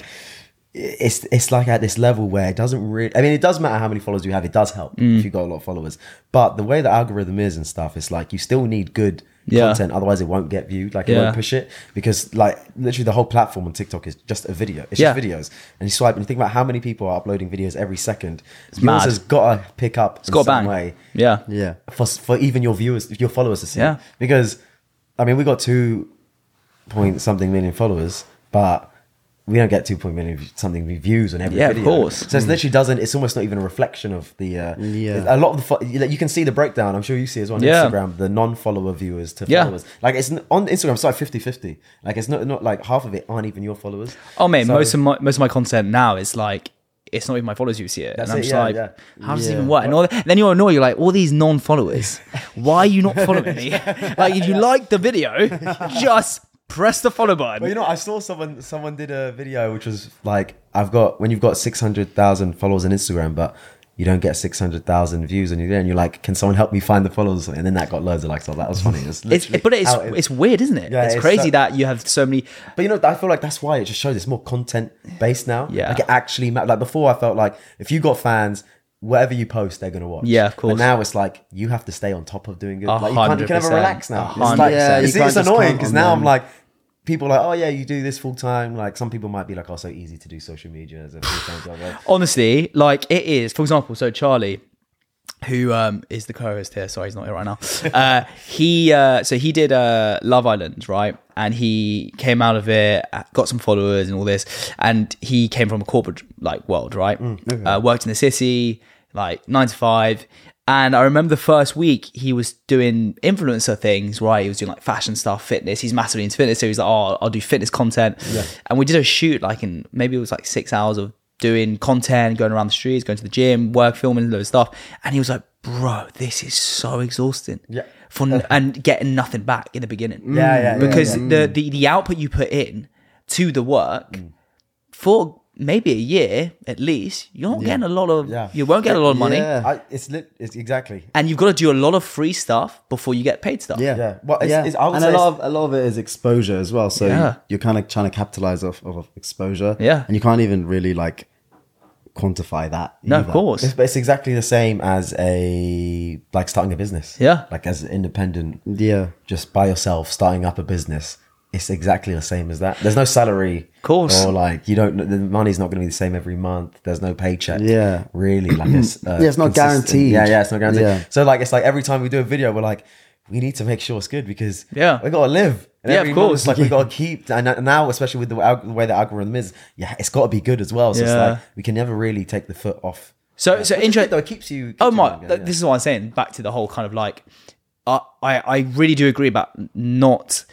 S2: it's it's like at this level where it doesn't really. I mean, it does matter how many followers you have. It does help
S1: Mm.
S2: if you got a lot of followers. But the way the algorithm is and stuff, it's like you still need good
S1: Yeah.
S2: content. Otherwise, it won't get viewed. Like it
S1: Yeah.
S2: won't push it because like literally the whole platform on TikTok is just a video. It's
S1: Yeah.
S2: just videos, and you swipe and you think about how many people are uploading videos every second. Yours
S1: mad.
S2: has got to pick up in
S1: Got a
S2: some
S1: bang.
S2: way
S1: Yeah.
S3: Yeah.
S2: for for even your viewers, your followers to see.
S1: Yeah.
S2: Because, I mean, we got two point something million followers, but we don't get two point million something views on every
S1: Yeah, of
S2: video.
S1: course. Hmm.
S2: So it literally doesn't. It's almost not even a reflection of the. Uh, A
S3: Yeah.
S2: lot of the fo- you know, you can see the breakdown. I'm sure you see as well on
S1: Yeah.
S2: Instagram the non-follower viewers to
S1: Yeah.
S2: followers. Like it's n- on Instagram, it's like 50-50. Like it's not not like half of it aren't even your followers.
S1: Oh man,
S2: So-
S1: most of my most of my content now is like it's not even my followers who see it, and
S2: That's
S1: I'm
S2: it,
S1: just
S2: yeah,
S1: like,
S2: yeah.
S1: how does it
S3: Yeah.
S1: even work? And, all, and then you're annoyed. You're like, all these non-followers, why are you not following me? like, if you like the video, just press the follow button.
S2: But you know, I saw someone someone did a video which was like, I've got when you've got six hundred thousand followers on Instagram, but you don't get six hundred thousand views, and you're there, and you're like, can someone help me find the followers? And then that got loads of likes. So that was funny. It's,
S1: it's,
S2: literally
S1: but it's
S2: how it-
S1: it's weird, isn't it?
S2: Yeah,
S1: it's,
S2: it's
S1: crazy
S2: so-
S1: that you have so many.
S2: But you know, I feel like that's why it just shows it's more content based now.
S1: Yeah.
S2: like it actually matters. Like before, I felt like if you got fans. Whatever you post, they're gonna watch.
S1: Yeah, of course.
S2: But now it's like you have to stay on top of doing good.
S1: A
S2: Like you, can't, you can never
S1: 100%.
S2: relax now.
S1: A
S2: It's like,
S1: hundred Yeah,
S2: yeah,
S1: percent.
S2: it's,
S3: you can't
S2: it's
S3: just
S2: annoying
S3: count
S2: because
S3: on
S2: now I'm
S3: them.
S2: like, people are like, oh yeah, you do this full time. Like some people might be like, oh, so easy to do social media as a full time job. Like,
S1: honestly, like it is. For example, so Charlie, who um is the co-host here, sorry he's not here right now. Uh, he uh, so he did uh Love Island, right? And he came out of it, uh, got some followers and all this, and he came from a corporate like world, right? uh, worked in the city, like nine to five. And I remember the first week he was doing influencer things, right? He was doing like fashion stuff, fitness. He's massively into fitness, so he's like, "Oh, I'll do fitness content." And we did a shoot, like in maybe it was like six hours of doing content, going around the streets, going to the gym, work, filming, loads of stuff. And he was like, "Bro, this is so exhausting."
S2: Yeah. Mm.
S1: For n- and getting nothing back in the beginning.
S2: Yeah, yeah, Mm. yeah,
S1: Because The, the the output you put in to the work
S2: Mm.
S1: for maybe a year at least, you're not getting a lot of.
S2: Yeah.
S1: You won't get a lot of money
S3: Yeah.
S2: I, it's lit. It's exactly.
S1: and you've got to do a lot of free stuff before you get paid stuff.
S3: Yeah.
S2: Yeah. Well, it's- it's- I would
S3: and
S2: say
S3: a lot of
S2: it's-
S3: a lot of it is exposure as well. So
S1: Yeah.
S3: you're kind of trying to capitalize off of exposure.
S1: Yeah.
S3: And you can't even really like quantify that.
S1: No, of
S3: either.
S1: course.
S2: It's, but it's exactly the same as a like starting a business.
S1: Yeah.
S2: Like as an independent,
S3: Yeah.
S2: just by yourself starting up a business. It's exactly the same as that. There's no salary, of
S1: course.
S2: or like you don't. The money's not going to be the same every month. There's no paycheck.
S3: Yeah.
S2: really. Like it's, uh,
S3: Yeah, it's not guaranteed.
S2: Yeah, yeah, it's not guaranteed.
S3: Yeah.
S2: So like it's like every time we do a video, we're like, we need to make sure it's good because
S1: Yeah.
S2: we gotta live. And
S1: Yeah,
S2: every
S1: of
S2: month
S1: course.
S2: it's like we gotta keep. And now, especially with the, alg- the way the algorithm is, yeah, it's gotta be good as well. So
S1: Yeah.
S2: it's like we can never really take the foot off. Yeah.
S1: So so
S2: Which is good
S1: interesting.
S2: though. It keeps you. keeps
S1: Oh
S2: you
S1: my!
S2: going,
S1: th-
S2: yeah.
S1: This is what I'm saying. Back to the whole kind of like, I I, I really do agree about not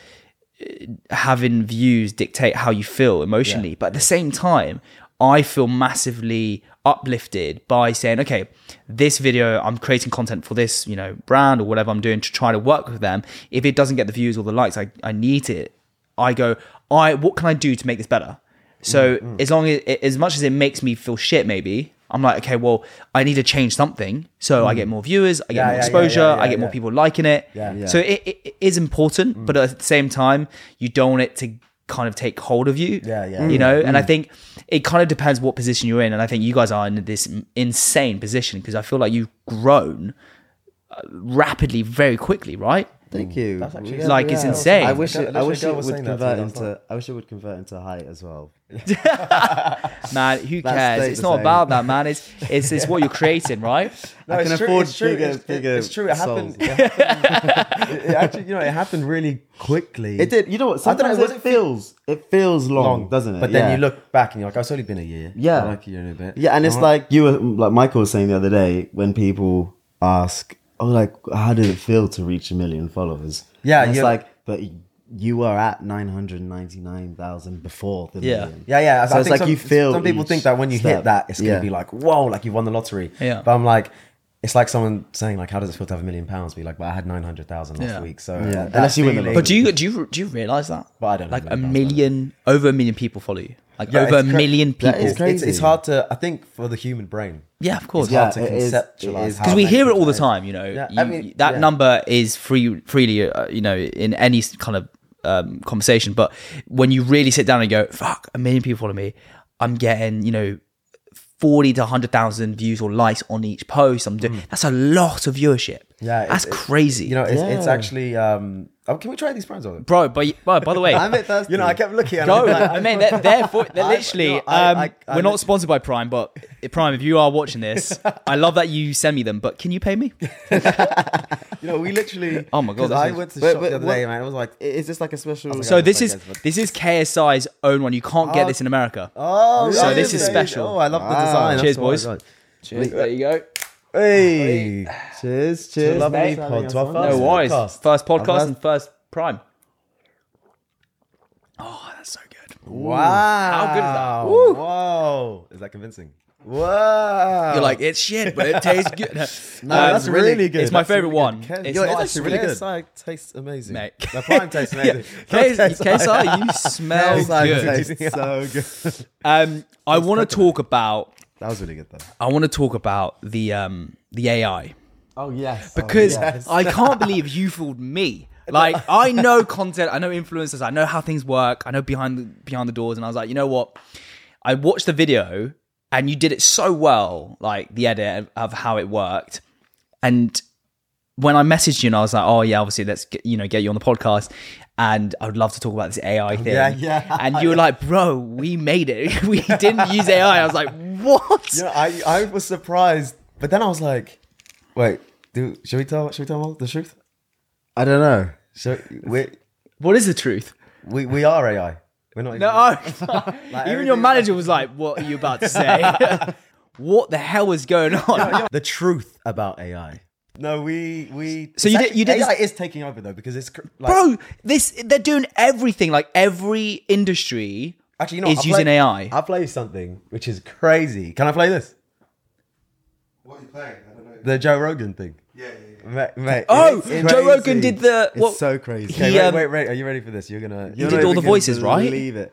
S1: uh, having views dictate how you feel emotionally, but at the same time, I feel massively uplifted by saying, okay, this video I'm creating content for this you know brand or whatever I'm doing to try to work with them. If it doesn't get the views or the likes I I need it, I go,
S2: Mm,
S1: I what can I do to make this better? So as long as as much as it makes me feel shit, maybe I'm like, okay, well, I need to change something so I get more viewers, I get
S2: Mm. Yeah,
S1: more
S2: yeah, yeah,
S1: exposure,
S2: yeah, yeah,
S1: I get more
S2: yeah.
S1: people liking it.
S2: Yeah, Mm. yeah.
S1: So it, it, it is important, but at the same time, you don't want it to kind of take hold of you.
S2: Yeah, yeah. Mm.
S1: You know, and I think it kind of depends what position you're in, and I think you guys are in this insane position because I feel like you've grown uh, rapidly, very quickly, right?
S3: Thank you.
S2: That's actually-
S3: Yeah.
S2: Yeah,
S1: like
S2: yeah,
S1: it's
S2: that was-
S1: insane.
S3: I wish
S2: Girl-
S3: it, I
S2: literally
S3: wish
S2: girl
S3: it
S2: was
S3: would
S2: saying that to me
S3: convert
S2: last night.
S3: into I wish it would convert into height as well.
S1: man, who
S3: That
S1: cares?
S3: stays
S1: It's
S3: the
S1: not
S3: same.
S1: about that, man. It's it's it's what you're creating, right?
S2: No,
S3: I
S2: it's
S3: can
S2: true,
S3: afford
S2: it's true,
S3: bigger-
S2: it's, it-
S3: bigger
S2: It's true. It happened.
S3: souls.
S2: It, happened- it actually, you know, it happened really quickly.
S3: It did. You know what?
S2: I don't know,
S3: Sometimes
S2: was
S3: it
S2: it
S3: feels it feels long, doesn't it?
S2: But then
S3: Yeah.
S2: you look back and you're like, oh, it's only been a year.
S3: Yeah.
S2: like a year and a bit.
S3: Yeah, and it's
S2: I'm
S3: like you were like Michael was saying the other day when people ask, "Oh, like how did it feel to reach a million followers?"
S2: Yeah,
S3: and it's
S2: you're-
S3: like, but you were at nine hundred ninety nine thousand before the
S1: Yeah.
S3: million.
S2: Yeah, yeah. I-
S3: So
S2: I
S3: it's
S2: think
S3: like
S2: some,
S3: you feel
S2: Some people
S3: each
S2: think that when you hit
S3: step.
S2: that, it's gonna
S3: Yeah.
S2: be like, whoa, like you won the lottery.
S1: Yeah.
S2: But I'm like, it's like someone saying like, how does it feel to have a million pounds? Be like, but I had nine hundred thousand last
S1: Yeah.
S2: week. So
S3: Yeah.
S2: that
S3: Unless you win the
S2: feeling-
S1: But do you do you do you realize that?
S2: But I don't
S1: Like
S2: have
S1: a
S2: a million
S1: million, over a million people follow you. Like
S2: Yeah,
S1: over a
S2: it's cra-
S1: million people.
S3: that is
S2: It's, it's, it's
S3: crazy.
S2: hard to. I think for the human brain,
S1: yeah, of course.
S3: Yeah,
S2: hard to
S3: it is-
S2: conceptualize
S3: it is.
S2: how
S1: because we
S2: many
S1: hear it all
S2: people-
S1: the time. You know,
S2: Yeah,
S1: You-
S2: I mean,
S1: that
S2: yeah.
S1: number is free freely, uh, you know, in any s- kind of um, conversation. But when you really sit down and go, "Fuck, a million people follow me," I'm getting, you know. 40 to 100,000 views or likes on each post. I'm doing that's a lot of viewership.
S2: Hmm. Yeah, it-
S1: that's
S2: it-
S1: crazy.
S2: You know, it's, it's
S3: Yeah.
S2: actually. Um, oh, can we try these brands on?
S1: bro, but but by the way,
S3: I'm a bit thirsty.
S2: You know, I kept looking. and
S1: Go,
S2: I'm like,
S1: I mean, they're, they're, for, they're
S2: I-
S1: literally.
S2: no, I-
S1: um,
S2: I- I
S1: we're
S2: literally-
S1: not sponsored by Prime, but Prime, if you are watching this, I love that you send me them. But can you pay me?
S2: You know, we literally.
S1: Oh my
S2: 'cause
S1: God, this
S2: I
S1: is-
S2: went to
S3: But-
S2: shop
S3: but
S2: the other
S3: what-
S2: day, man. It was like,
S3: I- Is this like a special?
S1: So
S2: Yeah,
S1: this
S2: I
S1: is
S2: guess, but-
S1: this is KSI's own one. You can't get this in America.
S2: oh,
S1: So
S2: yeah,
S1: this
S2: yeah, yeah,
S1: is
S2: yeah.
S1: special. Ah.
S2: Oh, I love the
S3: Wow.
S2: design. That's
S1: Cheers,
S2: what I
S1: boys.
S2: got.
S1: There you go.
S2: Hey.
S3: cheers, cheers,
S2: lovely
S3: mate.
S2: pod to our
S1: No
S2: First
S1: worries.
S2: podcast.
S1: First podcast
S2: Our first-
S1: and first Prime. Oh, that's so good.
S2: Wow.
S1: How good is that?
S2: Woo. Wow. Is that convincing? Wow.
S1: You're like it's shit, but it tastes good.
S2: no, that's
S1: Um,
S2: really, good.
S1: It's my
S2: That's
S1: favorite
S2: really
S1: one.
S2: good.
S1: It's
S2: Yo,
S1: nice
S2: actually
S1: and
S2: really
S1: good.
S2: good. Side tastes amazing.
S1: Mate.
S2: The prime tastes amazing.
S1: KSI, you smell good.
S3: Tastes so good.
S1: Um, I want to talk about
S3: That was really good though.
S1: I want to talk about the um the AI
S3: Oh yes,
S1: because I can't believe you fooled me. Like I know content, I know influencers, I know how things work, I know behind the, behind the doors, and I was like, you know what? I watched the video and you did it so well, like the edit of, of how it worked, and when I messaged you and I was like, oh yeah, obviously let's get, you know get you on the podcast, and I would love to talk about this AI thing.
S2: yeah, yeah.
S1: And you were like, bro, we made it. we didn't use AI. I was like, what?
S2: You know, I, I was surprised, but then I was like, wait, do should we tell should we tell them all the truth?
S3: I don't know.
S2: So we
S1: What is the truth?
S2: we we are AI. We're not.
S1: No,
S2: even,
S1: Oh, even your
S2: everything-
S1: manager was like, "What are you about to say? what the hell is going on?"
S2: the truth about AI. No, we we.
S1: So
S2: it's
S1: you did-
S2: actually-
S1: you did-
S2: AI is taking over though because it's cr- like,
S1: Bro, this they're doing everything. Like every industry
S2: Actually, you know,
S1: is
S2: I'll
S1: using
S2: play-
S1: AI.
S2: I'll play you something which is crazy. Can I play this?
S4: What are you playing? I don't know.
S2: The Joe Rogan thing.
S4: yeah, yeah, yeah.
S2: Mate, mate,
S1: Oh,
S2: it's
S1: Joe
S2: crazy.
S1: Rogan did the
S3: It's
S1: what?
S3: so crazy.
S1: He,
S2: Okay, wait,
S1: um,
S2: wait, wait. Are you ready for this? You're gonna.
S1: he
S2: You're
S1: did
S2: gonna
S1: all the voices, right?
S3: Leave it.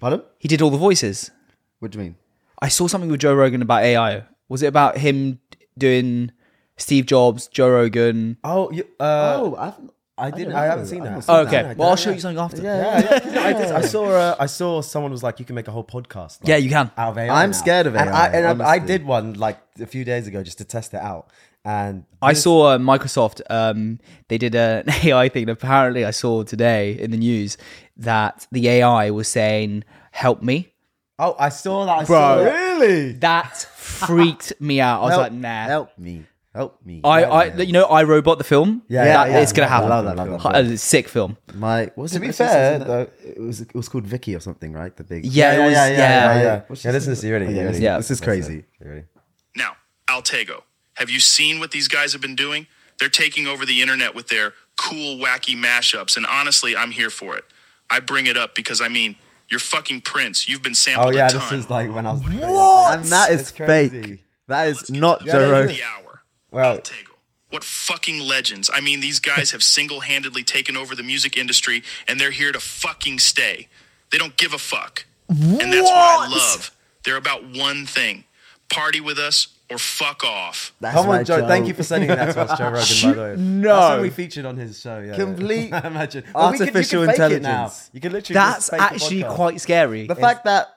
S3: Pardon?
S1: he did all the voices.
S3: What do you mean?
S1: I saw something with Joe Rogan about AI. Was it about him doing Steve Jobs, Joe Rogan?
S2: oh, you, uh,
S3: oh, I've, I didn't.
S2: I haven't seen that.
S1: Oh,
S2: No,
S1: okay,
S2: no,
S1: well I'll
S2: no,
S1: show
S2: yeah.
S1: you something after.
S3: Yeah.
S2: Yeah, yeah. No, I, did, I saw. Uh, I saw someone was like, "You can make a whole podcast." like,
S1: Yeah, you can.
S2: Out of AI
S3: I'm
S2: now."
S3: scared of
S2: And I,
S3: AI,
S2: and I, I
S3: honestly.
S2: did one like a few days ago just to test it out, and
S1: I saw uh, Microsoft. Um, they did an AI thing. and Apparently, I saw today in the news that the AI was saying, "Help me."
S2: oh, I saw that. I
S1: Bro.
S2: saw that.
S3: Really?
S1: That freaked me out. I was like, "Nah."
S3: Help me. Help me.
S1: I, I, you know, I Robot the film.
S2: Yeah,
S1: That-
S2: yeah,
S1: it's gonna
S2: yeah.
S1: happen.
S3: I love that, love that.
S1: A sick film.
S3: My what's
S2: To
S3: it-
S2: be
S3: what's it-
S2: fair,
S3: isn't it- it was it was called Vicky or something, right? The big
S1: Yeah, it was, yeah,
S2: yeah.
S3: yeah.
S2: yeah. Yeah, listen to this. You ready?
S3: Okay,
S2: You
S3: this,
S2: ready?
S1: Yeah.
S3: this is crazy.
S2: You ready?
S5: Now, Altego, have you seen what these guys have been doing? They're taking over the internet with their cool, wacky mashups, and honestly, I'm here for it. I bring it up because I mean, you're fucking Prince. You've been
S2: Oh
S5: sampled
S2: yeah,
S5: a
S2: this
S5: ton.
S2: is like when I was.
S3: And that is
S2: It's crazy.
S3: fake. That is not Joe
S2: that is
S3: Rogan.
S5: the hour.
S2: Well,
S5: Altego. What fucking legends. I mean, these guys have single handedly taken over the music industry, and they're here to fucking stay. They don't give a fuck. And that's what I
S1: What?
S5: love. They're about one thing party with us, or fuck off.
S3: That's
S2: Come
S3: my
S2: on, Joe. Thank
S3: joke.
S2: you for sending that to us, Joe Rogan. By the way,
S1: No.
S2: that's something we featured on his show. Yeah,
S3: Complete
S2: yeah. Imagine Well, we could- you could
S3: artificial
S2: fake it now.
S3: intelligence.
S2: You can literally.
S1: That's
S2: just fake a
S1: actually
S2: podcast.
S1: quite scary.
S3: The fact that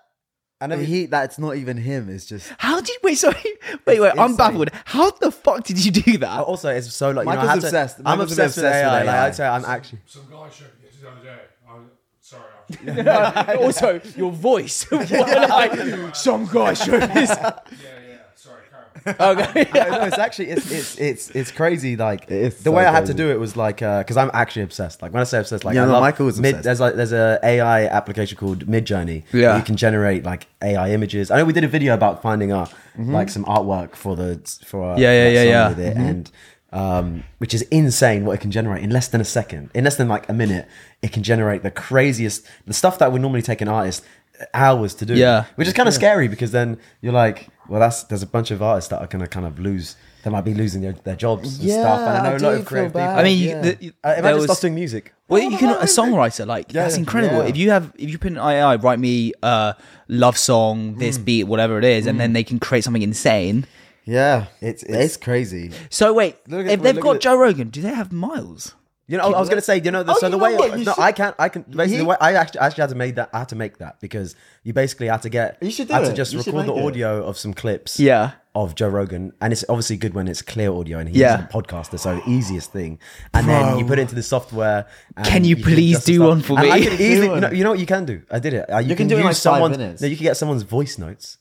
S2: And then we-
S3: he that's not even him is just
S1: How did wait? Sorry, wait, wait. I'm
S2: insane.
S1: baffled. How the fuck did you do that?
S2: also, it's so like you know, I
S3: Michael's
S2: have to-
S3: obsessed.
S2: I'm
S3: Michael's a bit
S2: obsessed with
S3: obsessed
S2: AI.
S3: with
S2: Like,
S3: AI.
S2: I'd say I'm actually.
S6: Some guy showed me this the other day. I'm sorry. I'm,
S3: Oh,
S1: also, your voice. What, like, some guy showed this.
S6: yeah, yeah. Sorry. Carry on.
S1: Okay.
S2: no, it's actually it's it's it's, it's crazy. Like
S3: It is
S2: the
S3: so
S2: way I had to
S3: crazy.
S2: do it was like because I'm actually obsessed. Like when I say obsessed, like
S3: Yeah,
S2: I
S3: no,
S2: love
S3: Michael was
S2: mid,
S3: obsessed.
S2: There's like there's a AI application called Midjourney. where
S1: Yeah.
S2: you can generate like AI images. I know we did a video about finding out
S3: Mm-hmm.
S2: like some artwork for the for our,
S1: Yeah, yeah,
S2: that
S1: yeah,
S2: song
S1: yeah.
S2: with it, and. Um, which is insane what it can generate in less than a second, in less than like a minute, it can generate the craziest, the stuff that would normally take an artist uh, hours to do.
S1: Yeah.
S2: which is kind of scary because then you're like, well, that's there's a bunch of artists that are gonna kind of lose. They might be losing their, their jobs and
S3: Yeah,
S2: stuff. And I know
S3: I
S2: a lot
S3: do
S2: of creative people.
S3: feel bad.
S1: I mean,
S3: Yeah.
S1: you the, you-
S2: uh,
S1: there
S2: imagine
S1: was-
S2: stop doing music.
S1: Well, you can a songwriter like that's
S2: Oh, yeah,
S1: incredible.
S2: yeah.
S1: If you have if you put an AI, write me a love song,
S2: Hmm.
S1: this beat, whatever it is, and then they can create something insane.
S3: yeah.
S2: It's-
S3: It's
S2: it's-
S3: it's, crazy.
S1: So wait,
S2: Look at-
S1: if they've
S2: look
S1: got
S2: at-
S1: Joe Rogan, do they have Miles?
S2: You know, I was gonna say, you know, the,
S1: Oh,
S2: so
S1: you
S2: the
S1: know
S2: way
S1: what, you
S2: no,
S1: should-
S2: I can't, I can basically
S3: He-
S2: the way I actually actually had to make that, I had to make that because you basically had to get,
S3: You should do
S2: had to
S3: it.
S2: just
S3: You should
S2: record the
S3: make it.
S2: audio of some clips,
S1: Yeah.
S2: of Joe Rogan, and it's obviously good when it's clear audio and he's
S1: Yeah.
S2: a podcaster, so the easiest thing, and then you put it into the software. And
S1: Can you please
S2: adjust the
S1: do
S2: stuff.
S1: one for
S2: And I
S1: me?
S2: could
S1: Do
S2: easily,
S3: one.
S2: no, you know what you can do? I did it. Uh, you,
S3: can do it in
S2: use
S3: like five
S2: someone's-
S3: minutes.
S2: No, you can get someone's voice notes,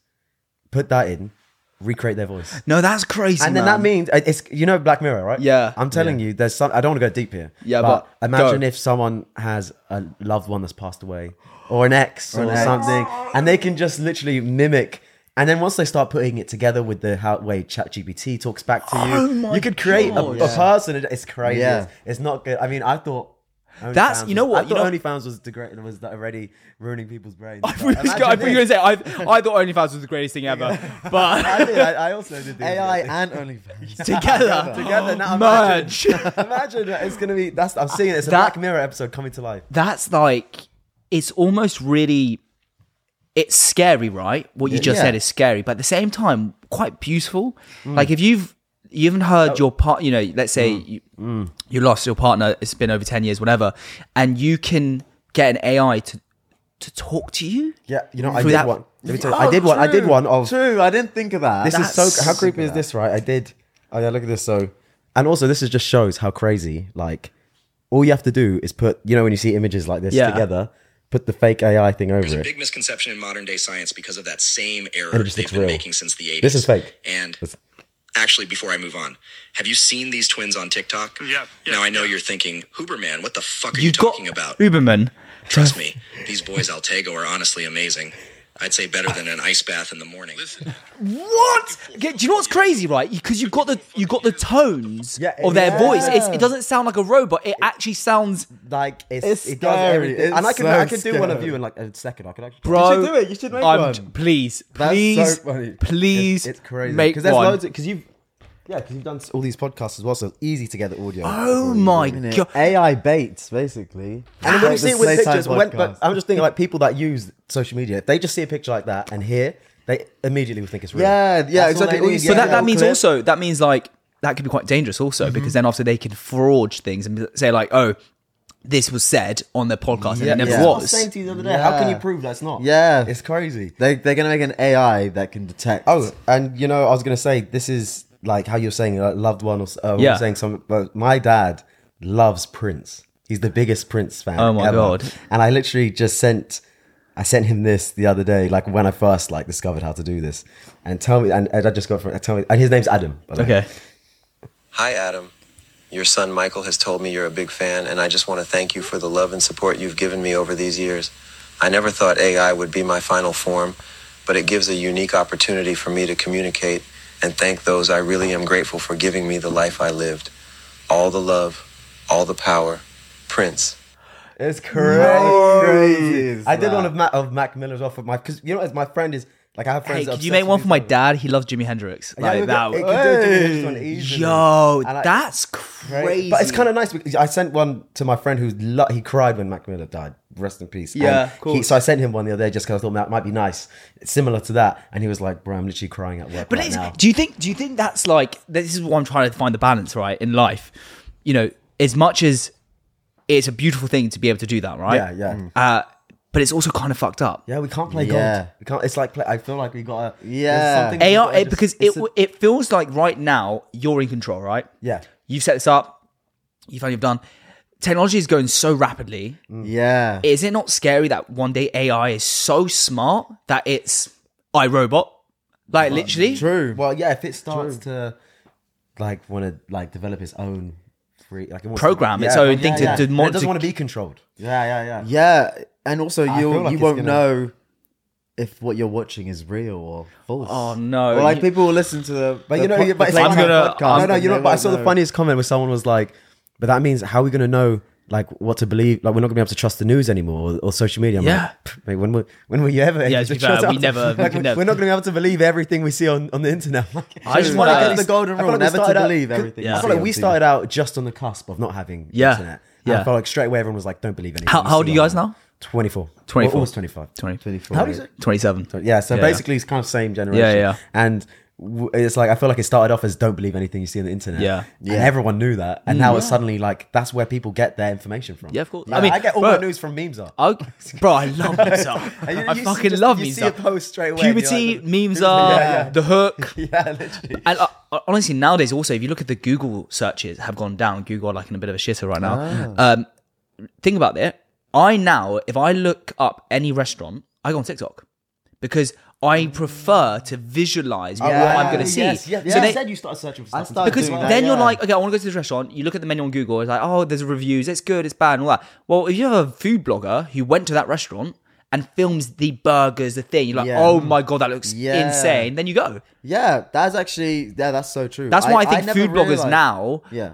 S2: put that in, recreate their voice.
S1: No, that's crazy.
S2: And then
S1: man.
S2: that means uh, it's you know Black Mirror, right?
S1: Yeah.
S2: I'm telling you, there's some. I don't want to go deep here.
S1: Yeah, but
S2: imagine
S1: go.
S2: if someone has a loved one that's passed away, or an ex, or,
S3: an ex.
S2: something, and they can just literally mimic. And then once they start putting it together with the how way ChatGPT talks back to you,
S1: Oh my
S2: you could create a,
S1: God.
S2: a person. It's crazy.
S3: Yeah.
S2: It's, it's not good. I mean, I thought.
S1: That's-
S2: OnlyFans
S1: you know
S2: was-
S1: what,
S2: I
S1: you
S2: thought
S1: know-
S2: OnlyFans was degraded was already ruining people's brains.
S1: I thought you were going to say I, I thought OnlyFans was the greatest thing ever,
S2: I,
S1: but
S2: did, I, I also did. the-
S3: AI and OnlyFans.
S1: together,
S2: Together, now I'm
S1: merge.
S2: Imagine that it's gonna be. That's I'm seeing it. It's a
S1: That-
S2: Black Mirror episode coming to life.
S1: that's like it's almost really it's scary right what you just
S3: Yeah.
S1: said is scary but at the same time quite beautiful like if you've you haven't heard your part you know let's say you, you lost your partner it's been over 10 years whatever and you can get an ai to to talk to you
S2: Yeah, you know, I
S1: Through
S2: did
S1: that-
S2: one. Let me tell you, I did one. I did one of.
S3: True, I didn't think of that.
S2: This is so.
S1: That's-
S2: How creepy is this, right? I did. Oh yeah, look at this. So, and also this is just shows how crazy. Like, all you have to do is put. You know, when you see images like this
S1: Yeah.
S2: together, put the fake AI thing
S7: There's
S2: over
S7: a
S2: it.
S7: big misconception in modern day science because of that same error
S2: And it just
S7: they've
S2: looks
S7: been
S2: real.
S7: making since the 80s.
S2: This is fake.
S7: And
S2: That's-
S7: actually, before I move on, have you seen these twins on TikTok?
S5: Yeah, yeah,
S7: now I know
S5: yeah.
S7: you're thinking, Huberman, what the fuck are you
S1: you've got
S7: talking about?
S1: uberman
S7: Trust me, these boys Altego are honestly amazing. I'd say better than an ice bath in the morning.
S1: what Okay, do you know what's crazy right because you've got the you got the tones
S2: Yeah,
S1: of their
S2: yeah.
S1: voice it's, it doesn't sound like a robot it actually sounds
S2: Like, it's,
S3: It's
S2: it does
S3: scary.
S2: everything.
S3: It's
S2: and I could,
S3: so
S2: I could do one of
S3: scary.
S2: you in like a second. I could actually.
S1: bro.
S3: You should do it. You should make
S1: I'm-
S3: one.
S1: Please,
S3: That's so
S1: please,
S3: funny.
S1: please,
S2: It's crazy.
S1: Make
S2: there's
S1: one.
S2: loads because you've. Yeah, because you've done all these podcasts as well, so it's easy to get the audio.
S1: oh my god!
S3: AI baits, basically.
S2: And when you see it with
S3: Playtime
S2: pictures, when, but
S3: podcast.
S2: I'm just thinking like people that use social media, if they just see a picture like that and hear, they immediately would think it's real.
S3: Yeah, yeah,
S2: That's all
S3: exactly.
S2: they
S3: All you
S2: need,
S3: see
S1: So
S2: yeah.
S1: that, that means
S3: clip.
S1: also that means like that could be quite dangerous also
S2: Mm-hmm.
S1: because then after they can fraud things and say like oh this was said on their podcast and it never
S3: yeah.
S2: I
S1: was.
S2: was saying to you the other day, how can you
S3: Yeah.
S2: prove that's not?
S3: Yeah.
S2: it's crazy.
S3: They, they're going to make an AI that can detect.
S2: Oh, and you know, I was gonna say this is like how you're saying like, loved one or s- uh,
S1: Yeah.
S2: saying something. But my dad loves Prince. He's the biggest Prince fan.
S1: Oh my
S2: ever.
S1: God.
S2: And I literally just sent. I sent him this the other day, like when I first like discovered how to do this, and tell me, and, and I just got from tell me, and his name's Adam. by the way.
S1: Okay,
S8: Hi, Adam. Your son Michael has told me you're a big fan, and I just want to thank you for the love and support you've given me over these years. I never thought AI would be my final form, but it gives a unique opportunity for me to communicate and thank those I really am grateful for giving me the life I lived. All the love, all the power. Prince.
S2: It's crazy.
S3: Crazy.
S2: I did one of Mac, of Mac Miller's off of my because you know as my friend is like I have
S1: hey,
S2: friends. that
S1: could you
S2: obsessed
S1: make one
S2: with
S1: for my
S2: these-
S1: dad? He loves Jimi Hendrix.
S2: Yeah,
S1: Like
S2: we
S1: that.
S2: could- it could do it,
S3: Hey.
S2: just one easily.
S1: Yo,
S2: And I-
S1: that's crazy.
S2: But it's kind of nice because I sent one to my friend who lo- he cried when Mac Miller died. rest in peace.
S1: Yeah,
S2: And
S1: of course.
S2: He, so I sent him one the other day just because I thought that might be nice, it's similar to that. And he was like, "Bro, I'm literally crying at work."
S1: But
S2: right
S1: it's,
S2: now.
S1: do you think do you think that's like this is what I'm trying to find the balance right in life? You know, as much as it's a beautiful thing to be able to do that, right?
S2: yeah, yeah,
S1: Uh, but it's also kind of fucked up.
S2: yeah. We can't play
S3: Mm. Yeah.
S2: God. We can't. It's like play, I feel like we got to
S3: Yeah.
S1: AR it- because it w it feels like right now you're in control, right?
S2: yeah.
S1: You've set this up. You've done. You've done. Technology is going so rapidly.
S2: Mm.
S3: Yeah.
S1: Is it not scary that one day AI is so smart that it's iRobot? Like literally,
S3: True.
S2: Well, yeah, if it starts to like want to like develop its own free like it wants to-
S1: Program its own thing to- to
S2: And
S1: mon-
S2: it doesn't
S1: to-
S2: want to be controlled. Yeah, yeah, yeah.
S3: Yeah. And also,
S2: I
S3: you
S2: feel like
S3: you
S2: it's
S3: won't
S2: gonna-
S3: know if what you're watching is real or false.
S1: Oh, no.
S3: Or, like
S1: You-
S3: people will listen to the.
S2: But you know,
S3: the,
S2: you- but it's
S1: I'm
S2: funny.
S1: gonna-
S2: no, no,
S3: and
S2: you know.
S3: they
S2: But I
S3: won't
S2: saw the
S3: know.
S2: funniest comment where someone was like, "But that means how are we going to know like what to believe? Like we're not going to be able to trust the news anymore or, or social media." I'm
S1: Yeah.
S2: Like, "Pff, mate, when were when were you ever? able
S1: Yeah, to be fair,
S2: trust
S1: we
S2: us?"
S1: never- we
S2: Like,
S1: can never-
S2: We're not going to be able to believe everything we see on on the internet. Like,
S1: I just
S3: True.
S1: want
S3: Like,
S1: to
S3: it's the golden
S2: I feel
S3: rule,
S2: like we
S3: never to
S2: started out-
S3: believe everything
S1: you
S2: I
S1: see
S2: feel like
S3: on
S2: we
S3: TV.
S2: started out just on the cusp of not having
S1: Yeah.
S2: internet.
S1: Yeah.
S2: I felt like straight away everyone was like, "Don't believe anything."
S1: How-
S2: you
S1: how
S2: see
S1: old are you guys
S2: online."
S1: now?
S2: Twenty-four.
S1: 24.
S2: Almost twenty-five.
S1: 20,
S3: 24.
S2: How do you say?
S1: 27.
S2: Yeah, so
S1: Yeah.
S2: basically it's kind of same generation.
S1: Yeah, yeah.
S2: And w- it's like I feel like it started off as don't believe anything you see on the internet.
S1: Yeah.
S2: and everyone knew that, and now it's suddenly like that's where people get their information from.
S1: Yeah, of course.
S2: I mean, I get all
S1: bro-
S2: my news from memes. Are
S1: I, bro, I love memes up.
S2: And you-
S1: I
S2: you see
S1: fucking
S2: just-
S1: love
S2: you
S1: memes
S2: see a
S1: up.
S2: post straight away and you're
S1: Puberty,
S2: like-
S1: memes up,
S2: yeah.
S1: the hook.
S2: yeah, literally.
S1: And uh, honestly, nowadays also, if you look at the Google searches, have gone down. Google are like in a bit of a shitter right now.
S2: Ah.
S1: Um, think about that. I now, if I look up any restaurant, I go on TikTok because I prefer to visualize what I'm going to see.
S2: Ah, Yes, yes,
S1: So
S2: You
S1: they-
S2: said you started searching for stuff.
S3: I
S2: on
S3: started
S2: TikTok.
S1: because
S3: doing that,
S1: then you're
S3: yeah.
S1: like, okay, I want to go to this restaurant. You look at the menu on Google. It's like, oh, there's reviews. It's good. It's bad. And all that. Well, if you have a food blogger who went to that restaurant and films the burgers, the thing, you're like,
S3: Yeah.
S1: oh my god, that looks
S3: Yeah.
S1: insane. Then you go.
S3: Yeah, that's actually yeah, that's so true.
S1: That's why I, think
S3: never
S1: food bloggers
S3: realized-
S1: now
S3: Yeah,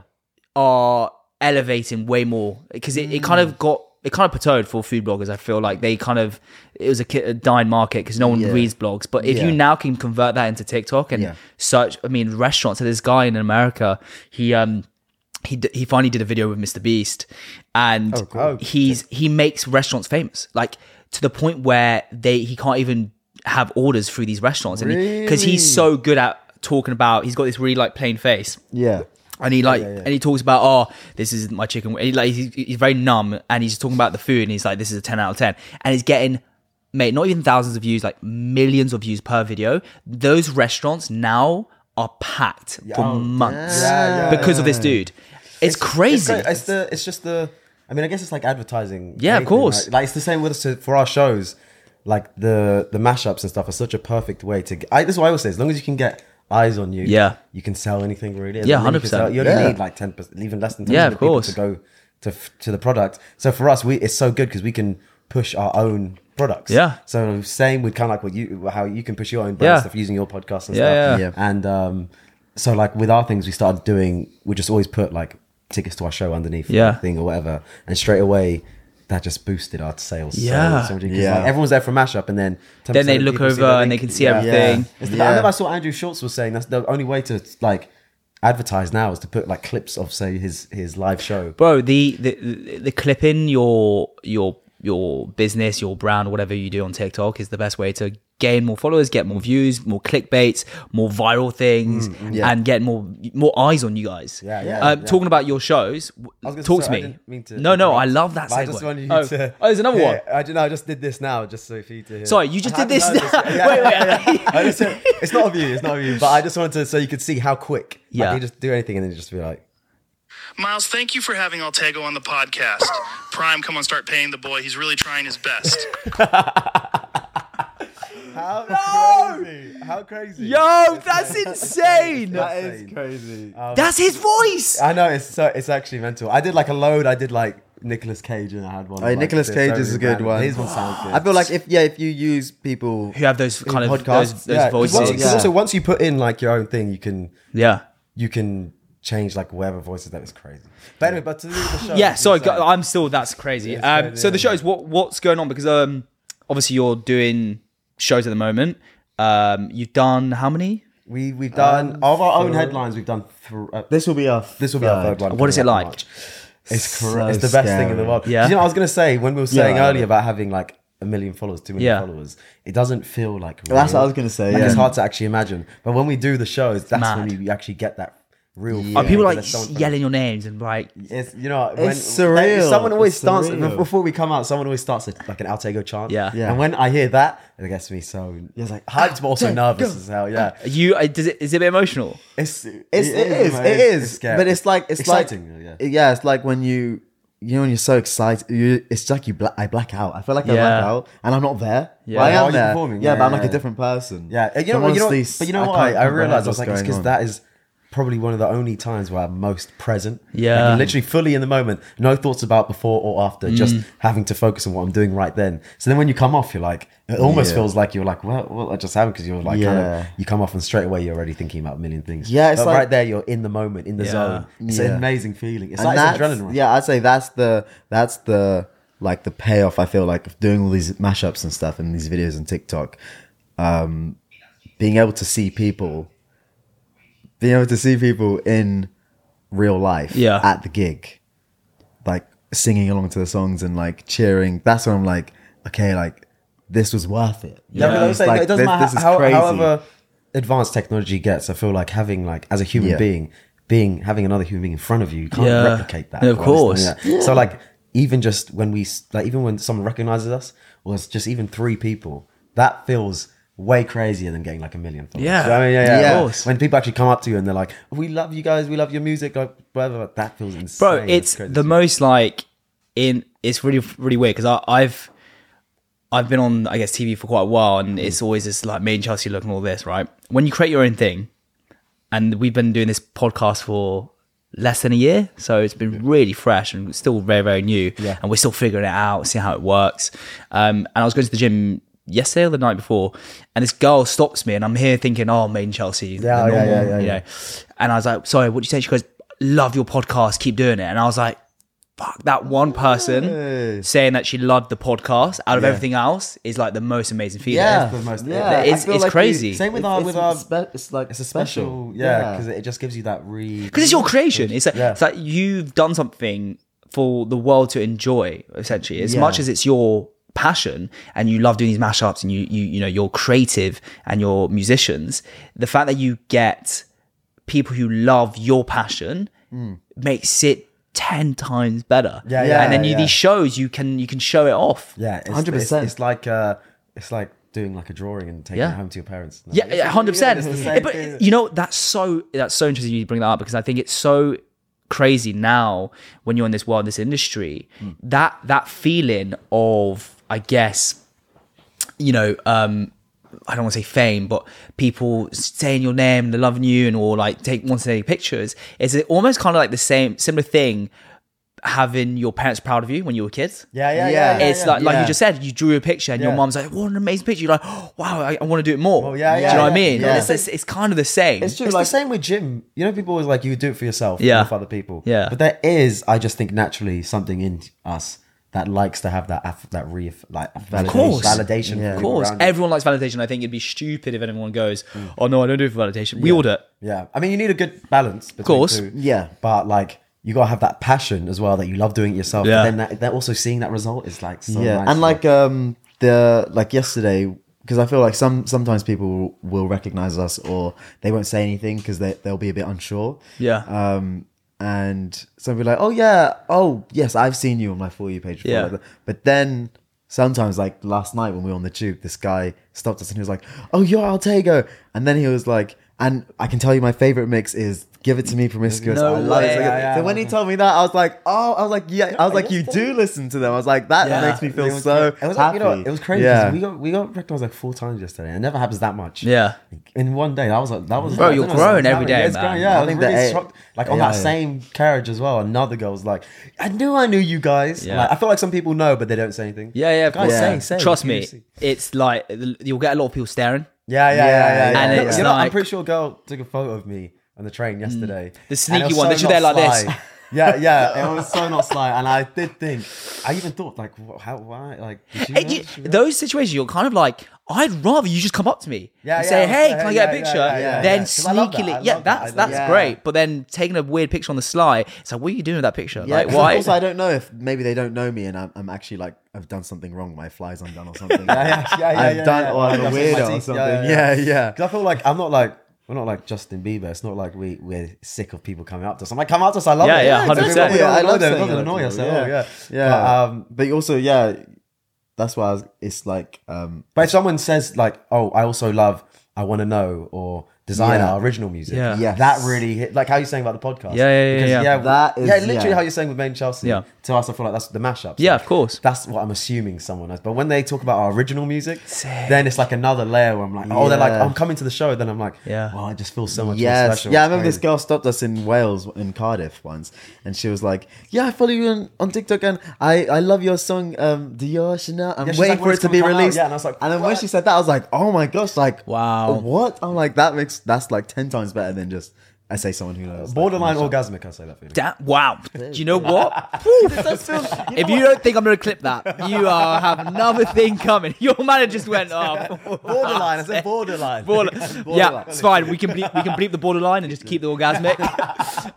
S1: are elevating way more because it, it kind
S3: Mm.
S1: of got. It kind of plateaued for food bloggers. I feel like they kind of it was a, ki- a dying market because no one
S3: Yeah.
S1: reads blogs. But if you
S3: Yeah.
S1: now can convert that into TikTok and
S3: Yeah.
S1: search, I mean, restaurants. So this guy in America, he um he d- he finally did a video with Mr. Beast, and
S3: Oh,
S2: cool.
S1: he's he makes restaurants famous, like to the point where they he can't even have orders through these restaurants, and because he's so good at talking about, he's got this really like plain face,
S3: yeah,
S1: and he like and he talks about oh this is my chicken he, like he's, he's very numb and he's talking about the food and he's like this is a 10 out of 10 and he's getting mate not even thousands of views like millions of views per video those restaurants now are packed for months
S2: Yeah, yeah,
S1: because of this dude it's,
S2: It's,
S1: crazy
S2: great. it's the. It's just the. I mean, I guess it's like advertising.
S1: Yeah, of
S2: anything,
S1: course.
S2: right? Like it's the same with us to, for our shows. Like the the mashups and stuff are such a perfect way to. Get, I, this is what I always say. As long as you can get eyes on you,
S1: Yeah.
S2: you can sell anything really. As
S1: Yeah,
S2: long as you can
S1: 100%.
S2: sell- You only
S3: Yeah.
S2: need like ten percent, even less than ten
S1: Yeah,
S2: yeah,
S1: of
S2: people
S1: course.
S2: to go to f- to the product. So for us, we it's so good because we can push our own products.
S1: Yeah.
S2: So same with kind of like what you how you can push your own brand
S1: Yeah.
S2: stuff using your podcast and
S1: Yeah,
S2: stuff.
S1: yeah.
S3: Yeah.
S2: And um, so like with our things, we started doing. We just always put like tickets to our show underneath
S1: Yeah.
S2: the thing or whatever, and straight away that just boosted our sales. so-
S1: Yeah.
S2: so much, 'cause,
S3: Yeah.
S2: Like, everyone's there for mashup, and then 10%
S1: Then they
S2: of
S1: look
S2: people see
S1: over
S2: that
S1: and they can see everything.
S2: It's the-
S3: Yeah.
S2: I remember I saw Andrew Schultz was saying that's the only way to like advertise now is to put like clips of say his his live show.
S1: bro the the the clipping your your your business your brand whatever you do on tiktok is the best way to gain more followers get more views more clickbaits more viral things and get more more eyes on you guys
S2: Mm, Yeah, yeah,
S1: um,
S2: yeah.
S1: talking about your
S2: was
S1: shows
S2: gonna-
S1: talk to
S2: sorry, I
S1: me
S2: didn't mean to
S1: no no i
S2: interrupt,
S1: love that
S2: but I
S1: segue.
S2: just wanted you
S1: oh.
S2: to-
S1: oh, there's another
S2: Yeah,
S1: one
S2: I, ju- no, I just did this now, just so for you to hear.
S1: sorry you just
S2: I
S1: did this,
S2: haven't done this yet.
S1: wait wait, wait.
S2: I just said, it's not of you, it's not of you, but I just wanted to so you could see how quick. Yeah,
S1: Yeah.
S2: you just do anything and then just be like,
S5: Miles, thank you for having Altego on the podcast. Prime, come on, start paying the boy. He's really trying his best.
S2: how crazy, how crazy.
S1: Oh, yo that's insane
S2: That is
S3: crazy.
S1: that's his voice
S2: I know it's so it's actually mental. I did like a load. I did like Nicolas Cage and I had one.
S3: Hey,
S2: like,
S3: Nicolas
S2: they're
S3: Cage
S2: so
S3: is a good
S2: random.
S3: one.
S2: His one sounds good.
S3: I feel like if yeah, if you use people
S1: who have those kind of those,
S3: podcasts,
S1: those
S2: yeah, 'cause
S1: voices
S2: once- 'cause
S3: Yeah.
S2: also once you put in like your own thing, you can
S1: yeah
S2: you can change like whatever voices. That is crazy. But anyway, but to do with the show.
S1: yeah
S2: as you
S1: sorry
S2: were
S1: go-
S2: saying-
S1: i'm still that's crazy
S2: it's
S1: um,
S2: crazy,
S1: so
S2: Oh,
S1: the
S2: yeah.
S1: shows what what's going on because um obviously you're doing shows at the moment um you've done how many
S2: We we've done of our own headlines. We've done. Th- uh,
S3: this will be our
S2: this will be our third one.
S1: What is
S2: coming
S1: it
S2: up in
S1: like?
S2: March. It's
S3: So
S2: correct. it's the best thing in the
S3: scary.
S2: world.
S1: Yeah.
S2: You know, I was gonna say when we were
S3: Yeah,
S2: saying
S3: I know.
S2: earlier about having like a million followers, two million
S1: Yeah.
S2: followers, it doesn't feel like.
S3: Well, that's
S2: real.
S3: what I was gonna say,
S2: Like,
S3: yeah.
S2: It's hard to actually imagine, but when we do the shows, that's
S1: Mad.
S2: when you actually get that real.
S3: Yeah.
S1: Are
S2: feeling,
S1: people
S2: because
S1: like
S2: there's someone-
S1: yelling your names and like
S2: It's you know
S3: It's
S2: when,
S3: surreal.
S2: like, someone always
S3: It's
S2: starts
S3: surreal.
S2: before we come out. Someone always starts a, like an Altego chant.
S1: Yeah.
S3: Yeah.
S2: And when I hear that, it gets me so it's like hyped, but also nervous as hell. Yeah.
S1: are you uh, does it is it a bit emotional?
S2: It's it,
S3: It's, it is.
S2: mate.
S3: It is.
S2: scary.
S3: but it's like it's
S2: exciting.
S3: Like,
S2: yeah.
S3: yeah, it's like when you you know when you're so excited, you, it's like you bla- I black out. I feel like I
S1: Yeah.
S3: black out, and I'm not there.
S1: Yeah.
S3: Yeah, I
S2: While
S3: am
S2: you're
S3: there.
S2: performing,
S3: Yeah,
S2: yeah,
S3: but I'm like
S2: yeah.
S3: a different person.
S2: Yeah, and you know,
S3: So
S2: you know,
S3: honestly,
S2: but you know
S3: I
S2: what?
S3: can't
S2: I, I
S3: comprehend
S2: realized I was
S3: what's
S2: like, it's
S3: going
S2: because
S3: on.
S2: that is probably one of the only times where I'm most present. Like,
S1: Yeah.
S2: you're literally fully in the moment, no thoughts about before or after,
S3: Mm.
S2: just having to focus on what I'm doing right then. So then when you come off, you're like, it almost
S3: Yeah.
S2: feels like you're like, well, well, that just happened because you're like,
S3: Yeah.
S2: kind of, you come off and straight away you're already thinking about a million things.
S3: Yeah, it's
S2: but
S3: like-
S2: right there you're in the moment, in the
S1: Yeah.
S2: zone. It's an
S3: Yeah.
S2: amazing feeling. It's
S3: And
S2: like
S3: that's,
S2: it's adrenaline. rush.
S3: Yeah, I'd say that's the that's the like the payoff I feel like of doing all these mashups and stuff and these videos and TikTok. Um being able to see people being able to see people in real life
S1: Yeah.
S3: at the gig. Like singing along to the songs and like cheering. That's when I'm like, okay, like this was worth it. You
S2: Yeah,
S3: know,
S2: but I was
S3: it's
S2: saying,
S3: like,
S2: it doesn't
S3: this-
S2: matter
S3: this is
S2: how,
S3: crazy.
S2: however advanced technology gets. I feel like having like as a human
S3: Yeah.
S2: being, being having another human being in front of you, you can't
S1: Yeah.
S2: replicate that.
S1: No, of
S2: for us,
S1: course.
S2: yeah. So like even just when we s- like even when someone recognizes us, or it's just even three people, that feels way crazier than getting like a million followers.
S1: Yeah.
S2: You know what I mean? yeah, yeah,
S1: Yeah.
S2: yeah.
S1: Of course.
S2: When people actually come up to you and they're like, "We love you guys. We love your music." Like whatever. That feels insane.
S1: bro it's
S2: That's crazy.
S1: the most like in it's really really weird because i've i've been on i guess tv for quite a while and it's always this like me and chelsea looking all this right when you create your own thing and we've been doing this podcast for less than a year so it's been really fresh and still very very new yeah. and we're still figuring it out seeing how it works um, and i was going to the gym yesterday or the night before and this girl stops me and i'm here thinking oh me and chelsea
S2: Yeah,
S1: the
S2: yeah,
S1: normal,
S2: yeah, yeah,
S1: you
S2: yeah.
S1: know and i was like sorry what did you say she goes love your podcast keep doing it and i was like fuck that one person saying that she loved the podcast out of everything else is like the most amazing feeling
S3: yeah,
S2: the most-
S3: yeah. I
S1: it's,
S3: feel
S1: it's
S3: like you-
S1: crazy
S2: same with
S3: It's-
S2: our
S3: it's
S2: with our.
S3: spe- it's like
S2: it's a special, yeah, because it just gives you that re.
S1: because it's your creation. It's like,
S2: Yeah.
S1: it's like you've done something for the world to enjoy, essentially. As
S3: Yeah.
S1: much as it's your passion and you love doing these mashups and you you you know you're creative and you're musicians, the fact that you get people who love your passion makes it ten times better.
S2: Mm. Yeah, yeah,
S1: And then you,
S2: yeah.
S1: these shows you can you can show it off.
S2: Yeah, it's-
S3: 100%.
S2: It's, it's like uh, it's like doing like a drawing and taking
S1: Yeah.
S2: it home to your parents. No,
S1: Yeah, hundred
S2: it's the
S1: percent.
S2: same
S1: But
S2: thing.
S1: you know, that's so that's so interesting you bring that up because I think it's so crazy now when you're in this world, this industry,
S2: Hmm.
S1: that that feeling of, I guess, you know, um, I don't want to say fame, but people saying your name, they're loving you, and all like take wanting to take pictures. Is it almost kind of like the same similar thing? Having your parents proud of you when you were kids,
S2: Yeah, yeah, yeah.
S3: Yeah.
S2: yeah,
S1: it's
S2: yeah.
S1: like like you
S3: Yeah.
S1: just said, you drew a picture and your
S2: Yeah.
S1: mom's like, "What an amazing picture!" You're like, oh, "Wow, I, I want to do it more."
S2: Well, yeah,
S1: do you
S2: yeah,
S1: know what I
S2: yeah,
S1: mean?
S2: yeah.
S1: It's, it's, it's kind of the same.
S3: It's true.
S2: It's
S3: like,
S2: the same with gym. You know, people always like you do it for yourself,
S1: Yeah.
S2: not for other people.
S1: Yeah.
S2: but there is, I just think naturally something in us that likes to have that aff- that re like validation,
S1: course.
S2: validation.
S3: Yeah.
S2: from
S1: of
S2: people
S1: course,
S2: around you. Mm.
S1: everyone likes validation. I think it'd be stupid if anyone goes, "Oh no, I don't do it for validation." We all do it.
S2: Yeah, I mean, you need a good balance. Of
S1: course.
S3: Yeah.
S2: but like. You gotta have that passion as well that you love doing it yourself.
S1: Yeah.
S2: Yeah. But then that, that also seeing that result is like so
S3: yeah
S2: nice.
S3: and like um the like yesterday because i feel like some sometimes people will, will recognize us or they won't say anything because they, they'll be a bit unsure
S1: Yeah,
S2: Uh,
S3: um and some be like oh yeah oh yes i've seen you on my for you page before
S1: Yeah.
S3: like that. but then sometimes like last night when we were on the tube this guy stopped us and he was like oh you're altego and then he was like and i can tell you my favorite mix is Give it to me, promiscuous.
S1: No
S3: I love it.
S1: way.
S3: So,
S1: Yeah,
S2: yeah.
S3: so when he told me that, I was like, "Oh, I was like, yeah." I was like, "You do listen to them." I was like, "That
S1: Yeah.
S3: makes me feel
S2: It was
S3: so
S2: cra- it was
S3: happy."
S2: Like, you know, it was crazy. 'cause
S3: Yeah.
S2: We got we got recognized like four times yesterday. and It never happens that much.
S1: Yeah.
S2: In one day, that was like, that was.
S1: Bro,
S2: that
S1: you're
S2: was-
S1: growing every
S2: yeah,
S1: day,
S2: it's
S1: man.
S2: growing, yeah,
S3: I
S2: I, was
S3: think
S2: really
S3: that-
S2: shocked. Like on
S3: yeah,
S2: that
S3: yeah.
S2: same carriage as well. Another girl was like, "I knew I knew you guys."
S1: Yeah.
S2: Like, I feel like some people know, but they don't say anything.
S1: yeah, yeah. Of
S2: Guys,
S1: course.
S2: say, say,
S1: Trust
S2: you
S1: me,
S2: see.
S1: it's like you'll get a lot of people staring.
S2: Yeah, yeah, yeah, yeah. yeah,
S1: And
S2: yeah.
S1: it's
S2: You know, I'm
S1: like- Mm.
S2: pretty sure a girl took a photo of me on the train yesterday.
S1: The
S2: and it
S1: sneaky
S2: was
S1: one,
S2: so
S1: literally
S2: not
S1: there like this.
S2: sly. yeah, yeah. It was so not sly, and I did think. I even thought, like, wh- how, why, like, did she
S1: And
S2: know?
S1: you-
S2: She know?
S1: those situations, you're kind of like, I'd rather you just come up to me
S2: Yeah,
S1: and
S2: yeah,
S1: say,
S2: I'll
S1: "Hey,
S2: say,
S1: can
S2: "Hey,
S1: I get a
S2: yeah, yeah,
S1: picture?"
S2: yeah, yeah,
S1: then
S2: yeah. 'Cause I love that.
S1: sneakily,
S2: I
S1: yeah,
S2: love that.
S1: that's
S2: I love
S1: that's
S2: that.
S1: great. But then taking a weird picture on the sly, it's like, what are you doing with that picture?
S3: Yeah,
S1: like,
S3: 'cause
S1: why?
S3: Also, I don't know if maybe they don't know me, and I'm, I'm actually like I've done something wrong. My fly's undone or something.
S2: yeah, yeah, yeah,
S3: I've
S2: yeah,
S3: done
S2: yeah.
S3: or I'm
S2: Yeah,
S3: a
S2: I've seen my
S3: weirdo or
S2: teeth.
S3: something.
S2: Yeah,
S3: Yeah,
S2: yeah,
S3: yeah.
S2: 'Cause I feel like I'm not like we're not like Justin Bieber. It's not like we we're sick of people coming up to us. I'm like, come up to us. I love
S1: Yeah,
S2: it.
S1: yeah,
S2: it's
S1: 100%.
S2: okay, we don't
S3: Yeah, I
S2: know them,
S3: love saying
S2: it doesn't
S3: that to
S2: annoy us
S3: people,
S2: at all,
S3: yeah.
S2: Yeah,
S3: Yeah.
S2: But, um,
S3: But also, yeah, that's why I was, it's like um,
S2: but if someone says like, oh, I also love, I want to know, or designer
S3: Yeah.
S2: original music,
S1: Yeah.
S3: Yes.
S2: that really hit. Like how you're saying about the podcast.
S1: Yeah, yeah, yeah,
S2: Because,
S1: yeah.
S3: That is-
S2: yeah, literally
S3: yeah.
S2: how you're saying with Main Chelsea.
S1: Yeah.
S2: To us, I feel like that's the mashups.
S1: Yeah,
S2: Like,
S1: of course.
S2: That's what I'm assuming someone has. But when they talk about our original music, then it's like another layer where I'm like, oh, they're like,
S3: Yeah.
S2: I'm coming to the show. Then I'm like,
S1: Yeah.
S2: well, I just feel so much more
S3: Yes.
S2: special.
S3: Yeah, I
S2: It's
S3: remember this
S2: crazy.
S3: girl stopped us in Wales in Cardiff once, and she was like, "Yeah, I follow you on, on TikTok, and I, I love your song um, Dior Chanel. I'm
S2: Yeah, she's
S3: waiting
S2: like,
S3: for
S2: "When's
S3: it to be
S2: coming out?"
S3: released."
S2: Yeah, and I was like,
S3: and then when
S2: "What?"
S3: she said that, I was like, "Oh my gosh! Like,
S1: Wow.
S3: what? I'm like, that makes that's like ten times better than just I say someone who knows."
S2: Borderline orgasmic, I say that for you.
S1: Da- wow. Do you know what? Woo. if you don't think I'm going to clip that, you uh, have another thing coming. Your manager just went, oh,
S2: Borderline, I said borderline.
S1: Border- yeah, it's fine. We can bleep, we can bleep the borderline and just keep the orgasmic.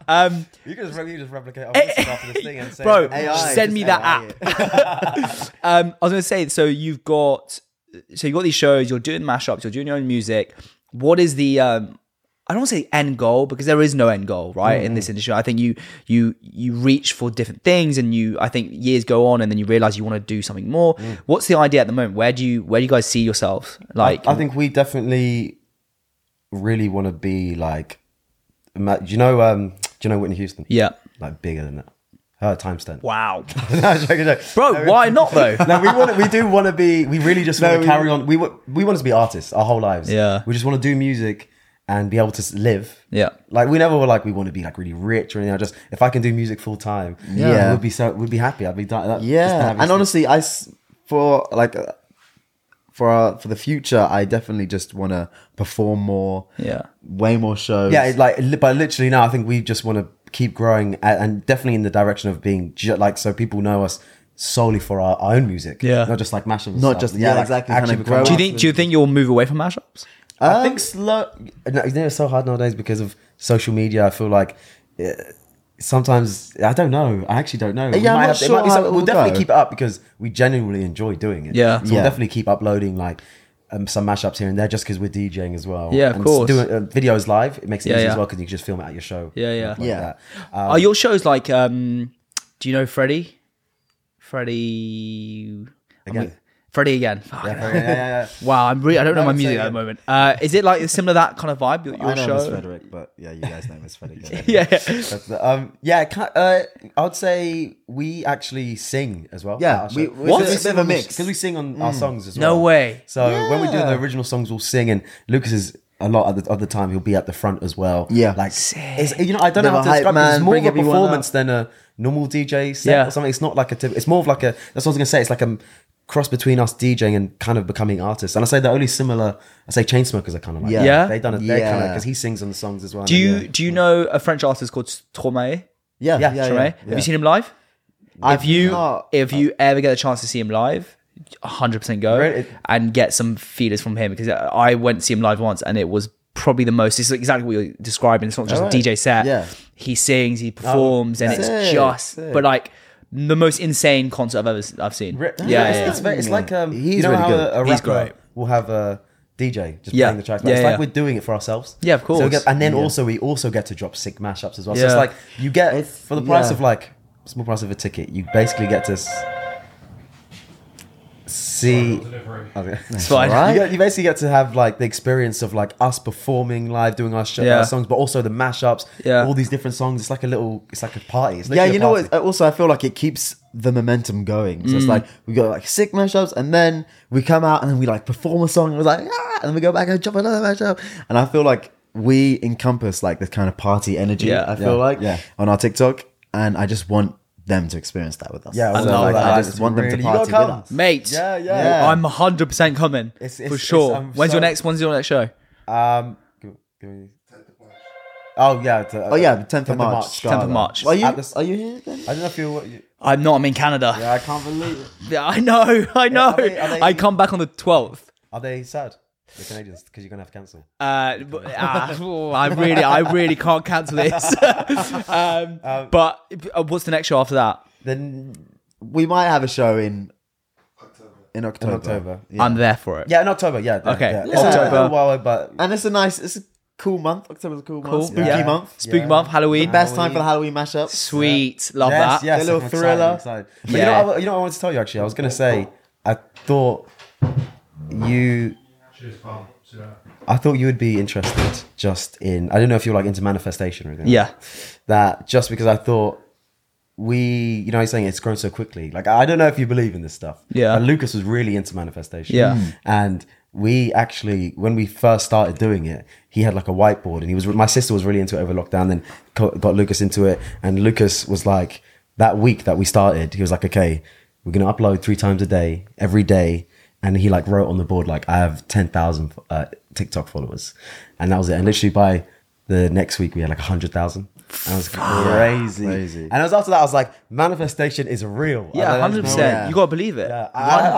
S1: um,
S2: You can just, re- you just replicate our voices after this thing and say,
S1: bro,
S3: AI,
S1: send me
S3: Eh, just
S1: that
S3: AI.
S1: app. um, I was gonna say, so you've got, so you have got these shows. You're doing mashups. You're doing your own music. What is the um, I don't want to say end goal because there is no end goal, right? In this industry, I think you you you reach for different things, and you I think years go on, and then you realize you want to do something more.
S2: Mm.
S1: What's the idea at the moment? Where do you where do you guys see yourselves? Like,
S2: I think we definitely really want to be like, ima- do you know, um, do you know Whitney Houston?
S1: yeah,
S2: Like bigger than that. Her time stamp.
S1: wow,
S2: No, I'm joking, I'm joking.
S1: bro, why not though?
S2: no, we want. We do want to be. We really just want to carry on. We wa- we want to be artists our whole lives.
S1: Yeah.
S2: We just want to do music and be able to s- live.
S1: Yeah.
S2: Like we never were like we want to be like really rich or anything. I just if I can do music full time,
S3: Yeah.
S2: yeah, we'd be so we'd be happy. I'd be done. that- just the
S3: yeah
S2: happiest
S3: and
S2: thing.
S3: honestly i s- for like uh, for uh, for the future i definitely just want to perform more
S1: Yeah.
S3: way more shows
S2: yeah, it's like li- but literally now I think we just want to keep growing and, and definitely in the direction of being ju- like so people know us solely for our, our own music.
S1: Yeah.
S2: not just like mashups. and
S3: Not
S2: stuff.
S3: just- yeah, exactly, kind
S2: Actually,
S3: of
S2: become
S3: grow
S1: Do you
S2: artists.
S1: think do you think you'll move away from mashups?
S3: Um,
S2: I think slow. No, you know, it's so hard nowadays because of social media. I feel like eh, sometimes I don't know. I actually don't know. We
S3: Yeah, I'm
S2: might
S3: not
S2: have- it
S3: sure
S2: might be
S3: how
S2: some-
S3: it
S2: we'll
S3: will
S2: definitely
S3: go.
S2: keep it up because we genuinely enjoy doing it.
S1: Yeah.
S2: so we'll
S3: Yeah.
S2: definitely keep uploading like. Um, some mashups here and there just because we're DJing as well.
S1: Yeah, of
S2: and
S1: course.
S2: Doing uh, videos live, it makes it
S1: Yeah,
S2: easy
S1: yeah.
S2: as well because you can just film it at your show.
S1: Yeah, yeah.
S2: Like
S3: Yeah.
S2: that.
S1: Are Oh, your shows like? um Do you know Freddie? Freddie
S2: Again.
S1: Freddie again. Fuck.
S2: Yeah, yeah, yeah,
S1: Wow, I'm really I don't know
S2: No,
S1: my
S2: I'm
S1: music
S2: saying
S1: at the
S2: it.
S1: moment. Uh, is it like similar to that kind of vibe? Your,
S3: i
S1: your
S3: know miss
S1: show?
S3: frederick but yeah you guys know miss frederick
S1: Yeah, yeah.
S2: That's the- um, yeah, I can't- uh, I would say we actually sing as well.
S3: Yeah,
S2: at our show.
S3: we- we- What? it's a bit of a mix. Mm.
S2: because we sing on our songs as well.
S1: No way.
S2: So when we're doing the
S3: Yeah.
S2: original songs, we'll sing, and Lucas is a lot of the, of the time he'll be at the front as well.
S3: Yeah.
S2: like it's, you know, I don't know
S3: Bit
S2: how
S3: of
S2: to
S3: a hype
S2: describe it. It's
S3: man,
S2: more of
S3: bring
S2: a
S3: everyone
S2: performance than a normal DJ set
S1: Yeah.
S2: or something. It's not like a tip. It's more of like a. That's what I was gonna say. It's like a cross between us DJing and kind of becoming artists. And I say the only similar. I say Chainsmokers are kind of like
S3: Yeah.
S2: that.
S1: Yeah.
S2: they done it. They kind of
S3: Yeah.
S2: because he sings on the songs as well.
S1: Do
S2: and
S1: you
S2: then, yeah.
S1: do you know a French artist called Tromae?
S3: yeah yeah yeah,
S1: Tromae? Have you seen him live?
S3: I've
S1: if you
S3: not-
S1: if you ever get a chance to see him live 100% go
S2: Really? It-
S1: and get some feelers from him because i went to see him live once and it was probably the most it's exactly what you're describing it's not just
S3: Alright.
S1: a dj set
S3: Yeah.
S1: he sings he performs and it's
S3: Sick,
S1: just
S3: sick.
S1: but like the most insane concert i've ever s- i've seen
S2: Ri-
S1: yeah, yeah,
S2: it's,
S1: yeah.
S2: It's, very, it's like um,
S3: He's
S2: you know
S3: really
S2: how
S3: good.
S2: A, a rapper
S1: He's great.
S2: will have a DJ just
S1: Yeah.
S2: playing the tracks. Like,
S1: Yeah,
S2: it's
S1: yeah.
S2: like we're doing it for ourselves.
S1: Yeah, of
S2: So we
S1: course.
S2: get- and then also we also get to drop sick mashups as well. So
S1: Yeah.
S2: it's like you get
S3: It's-
S2: for the price
S3: yeah.
S2: of like small price of a ticket, you basically get to s- see.
S6: Delivery.
S2: Okay.
S1: it's fine
S3: alright.
S2: You, get- you basically get to have like the experience of like us performing live, doing our, show,
S1: Yeah.
S2: our songs, but also the mashups,
S1: Yeah.
S2: all these different songs. It's like a little, it's like a party. It's
S3: yeah
S2: literally
S3: you
S2: a
S3: know
S2: party.
S3: what also i feel like it keeps the momentum going so it's like we got like sick mashups and then we come out and then we like perform a song and we're like ah, and then we go back and jump another mashup and i feel like we encompass like this kind of party energy
S1: Yeah.
S3: i feel like
S2: yeah.
S3: on our tiktok and i just want them to experience that with us
S2: Yeah,
S3: So,
S2: well,
S3: like,
S2: like,
S3: i
S2: it's
S3: just want them
S2: really-
S3: to
S2: you gotta
S3: party with
S2: come.
S3: us
S1: mate
S2: Yeah, yeah.
S1: i'm 100% coming
S2: It's-
S1: for
S2: it's-
S1: sure
S2: it's- I'm
S1: when's your
S2: so-
S1: next when's your next show
S2: Um, give- give me- Oh yeah. to-
S3: Oh yeah, tenth of March.
S1: Tenth of
S2: Scarlet.
S1: March.
S3: Are you
S2: At this-
S3: are you here then?
S2: I don't know if you. what you-
S1: I'm not. I'm in Canada.
S2: Yeah, I can't believe it.
S1: Yeah, I know. I know.
S2: are they- are they-
S1: I come back on the twelfth.
S2: Are they sad? The Canadians, because you're gonna have to cancel.
S1: Uh, but, ah, oh, I really, I really can't cancel this. um, but uh, what's the next show after that?
S3: Then we might have a show in in October.
S2: October.
S3: Yeah.
S1: I'm there for it.
S2: Yeah, in October. Yeah. yeah,
S1: Okay.
S2: Yeah.
S1: Listen,
S2: October.
S1: uh,
S2: well, but
S3: And it's a nice, it's a cool month. October's a cool month.
S1: Cool.
S3: Spooky
S1: Yeah.
S3: month.
S1: Spooky
S2: Yeah.
S1: month, Halloween.
S3: Best time for the Halloween mashup.
S1: Sweet, love
S2: yes,
S1: that.
S2: yes,
S3: A little
S2: I'm
S3: thriller.
S2: Excited, I'm excited. But you,
S1: Yeah.
S2: know, what I, you know what I wanted to tell you actually. I was gonna say I thought you
S6: Cheers, pal. See ya.
S2: I thought you would be interested just in. I don't know if you're like into manifestation or anything.
S1: Yeah.
S2: That just because I thought we, you know, he's saying it's grown so quickly. Like I don't know if you believe in this stuff.
S1: Yeah.
S2: But Lucas was really into manifestation.
S1: Yeah. Mm.
S2: And we actually, when we first started doing it, he had like a whiteboard, and he was. My sister was really into it over lockdown. Then co- got Lucas into it, and Lucas was like that week that we started. He was like, okay, we're gonna upload three times a day, every day and he like wrote on the board like I have ten thousand uh, TikTok followers, and that was it. And literally by the next week we had like hundred thousand. That was crazy.
S3: crazy.
S2: And it was after that I was like, manifestation is real. I
S1: Yeah,
S2: was like,
S1: hundred
S2: "There's no
S1: percent.
S3: yeah.
S1: You gotta believe it.
S2: way." Yeah, Uh,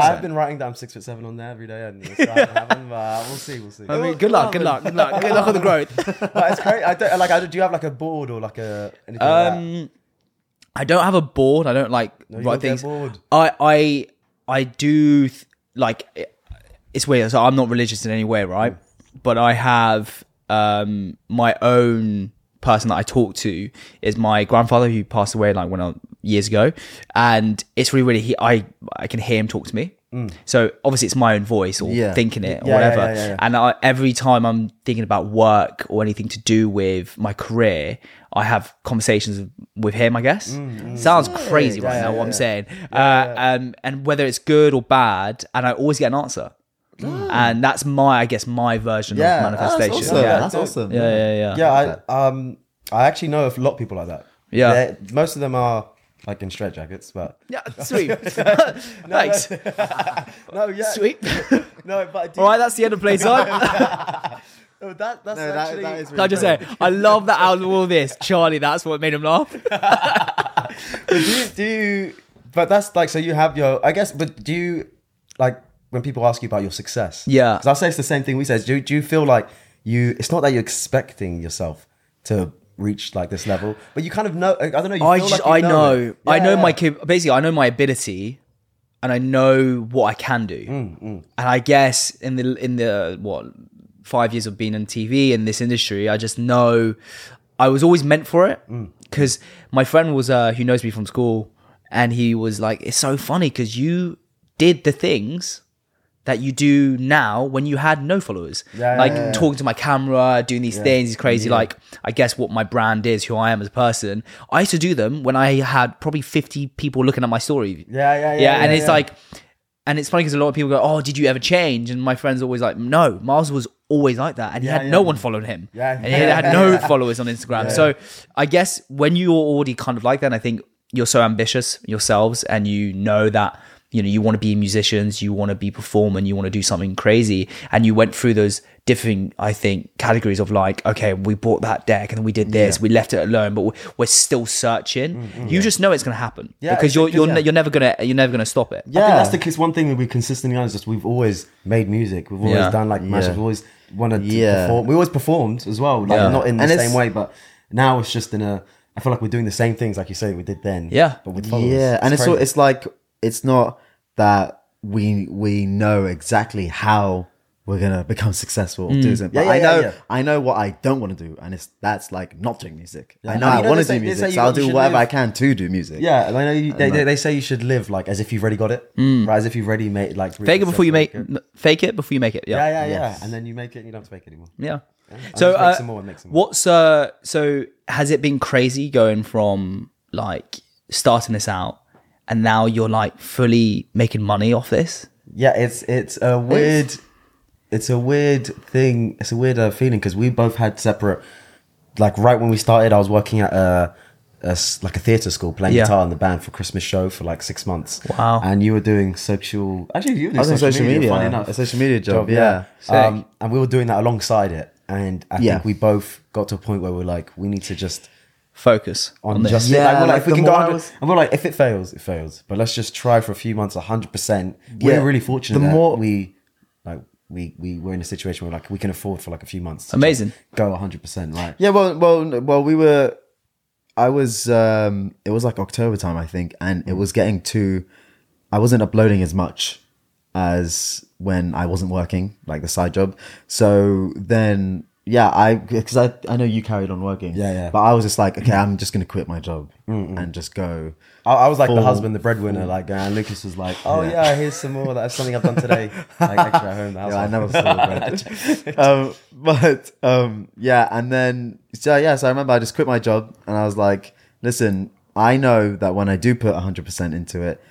S2: I,
S1: 100%.
S2: I've been writing that I'm six foot seven on there every day, and it's not happening, but uh, we'll see, we'll see.
S1: I mean, good luck, good luck, good luck, good luck with the growth.
S2: But it's crazy. I don't, like, I, do you have like a board or like a anything like
S1: Um, I don't have a board. I don't like
S2: you
S1: write
S2: don't get
S1: things.
S2: bored.
S1: I I I do th- like it- it's weird. So I'm not religious in any way, right?
S2: Hmm.
S1: But I have um my own person that I talk to is my grandfather who passed away like when I years ago, and it's really really he I I can hear him talk to me. So obviously it's my own voice or
S3: Yeah.
S1: thinking it or
S2: Hmm. Yeah, yeah,
S1: whatever.
S2: yeah, yeah, yeah.
S1: And I, every time I'm thinking about work or anything to do with my career, I have conversations with him. I guess
S2: Mm,
S1: sounds crazy right now. what I'm saying, uh, Um, and whether it's good or bad, and I always get an answer.
S2: Mm.
S1: And that's my, I guess, my version
S3: Yeah,
S1: of manifestation.
S3: That's awesome.
S1: Yeah.
S3: That's awesome.
S1: yeah, yeah, yeah.
S2: Yeah, I um, I actually know of a lot of people like that.
S1: Yeah.
S2: They're- most of them are like in straight jackets, but
S1: Yeah, sweet. Thanks.
S2: no, yeah,
S1: Sweet.
S2: no, but I do,
S1: All right, that's the end of playtime.
S2: no, that, that's
S3: No, that-
S2: actually
S3: that is
S1: Can I just say, I love that out of all this, Charlie, that's what made him laugh.
S2: do you, do you, but that's like so you have your I guess but do you like when people ask you about your success
S1: Yeah.
S2: because I say it's the same thing we say do, you- do you feel like you it's not that you're expecting yourself to reach like this level but you kind of know I don't know you
S1: I
S2: feel
S1: just,
S2: like
S1: I
S2: you
S1: know,
S2: it.
S1: I
S2: Yeah,
S1: know
S2: yeah.
S1: my cap- basically, I know my ability, and I know what I can do.
S2: Mm,
S1: And I guess in the in the what five years of being in TV in this industry, I just know I was always meant for it.
S2: Mm.
S1: Because my friend was uh, who knows me from school, and he was like, "It's so funny because you did the things." That you do now when you had no followers,
S2: yeah,
S1: like
S2: yeah, yeah.
S1: talking to my camera, doing these things, these crazy like I guess what my brand is, who I am as a person. I used to do them when I had probably fifty people looking at my story.
S2: yeah yeah yeah
S1: Yeah, and it's
S2: yeah.
S1: like, and it's funny because a lot of people go, "Oh, did you ever change?" And my friends always like, "No, Miles was always like that, and he had no one following him,
S2: Yeah.
S1: and he had no followers on Instagram." So I guess when you're already kind of like that, and I think you're so ambitious yourselves, and you know that you know you want to be musicians, you want to be performing, you want to do something crazy, and you went through those different, I think, categories of like, okay, we bought that deck, and then we did this, we left it alone, but we're- we're still searching. you just know it's going to happen
S2: Mm, Yeah,
S1: because you're
S2: exactly,
S1: you're ne-
S2: yeah.
S1: you're never gonna you're never gonna stop it.
S2: I
S3: Yeah.
S2: think that's the case. One thing that we consistently done is just we've always made music. We've always
S1: Yeah.
S2: done like mashups.
S3: Yeah.
S2: We've always wanted to
S3: Yeah.
S2: perform. We always performed as well, like
S1: Yeah.
S2: not in
S3: And
S2: the
S3: it's-
S2: same way, but now it's just in a. I feel like we're doing the same things, like you say we did then.
S1: Yeah.
S2: but with followers.
S3: Yeah, and it's
S2: crazy.
S3: all, it's like it's not that we we know exactly how we're gonna become successful or do something.
S2: Yeah,
S3: But
S2: Mm. yeah,
S3: I
S2: yeah,
S3: know
S2: yeah.
S3: I know what I don't want to do, and it's that's like not doing music. I
S2: And
S3: know
S2: Oh, you
S3: I
S2: know
S3: want
S2: they
S3: to
S2: say-
S3: do
S2: they
S3: music,
S2: say
S3: so I'll
S2: you
S3: do
S2: should
S3: whatever
S2: live-
S3: I can to do music.
S2: yeah. And I know you, they, they, they say you should live like as if you've already got it, right? As if you've already made like
S1: Mm. Fake it before you make
S2: Yeah,
S1: n- fake it before you make it. Yeah,
S2: yeah, yeah.
S3: Yes.
S2: And then you make it, and you don't have to make it anymore.
S1: yeah.
S2: I'll
S1: So
S2: just make
S1: uh,
S2: some more and make some more.
S1: what's uh so has it been crazy going from like starting this out and now you're like fully making money off this?
S2: Yeah, it's it's a weird, it's, a weird thing. It's a weird uh, feeling because we both had separate. Like right when we started, I was working at a, a s- like a theater school playing
S1: Yeah.
S2: guitar in the band for Christmas show for like six months.
S1: Wow.
S2: And you were doing social. Actually, you were doing
S3: I was on
S2: social,
S3: social
S2: media.
S3: media,
S2: funny enough,
S3: a social media job, yeah.
S2: Um, and we were doing that alongside it. And I
S3: Yeah.
S2: think we both got to a point where we're like, we need to just
S1: Focus on,
S2: on
S1: this.
S2: just
S3: Yeah,
S2: like, we're like,
S3: like,
S2: if we
S3: the
S2: can go
S3: more I
S2: under,
S3: was-
S2: and we're like, if it fails, it fails. But let's just try for a few months, hundred percent. We're
S3: Yeah.
S2: really fortunate.
S3: The
S2: that
S3: more-
S2: we like, we we were in a situation where like we can afford for like a few months. To
S1: Amazing.
S2: just Go hundred percent, right?
S3: Yeah, well, well, n- well, we were. I was. um It was like October time, I think, and it was getting to. I wasn't uploading as much as when I wasn't working, like the side job. So then, yeah, I because I I know you carried on working.
S2: Yeah, yeah.
S3: But I was just like, okay, I'm just gonna quit my job and just go.
S2: I, I was like the
S3: Full-
S2: husband, the breadwinner, like, and Lucas was like, "Oh yeah, here's some more. That's something I've done today, like extra at home." The
S3: Yeah, I
S2: housewife.
S3: never celebrate. um, but um, yeah, and then so yeah, so I remember I just quit my job and I was like, listen, I know that when I do put hundred percent into it,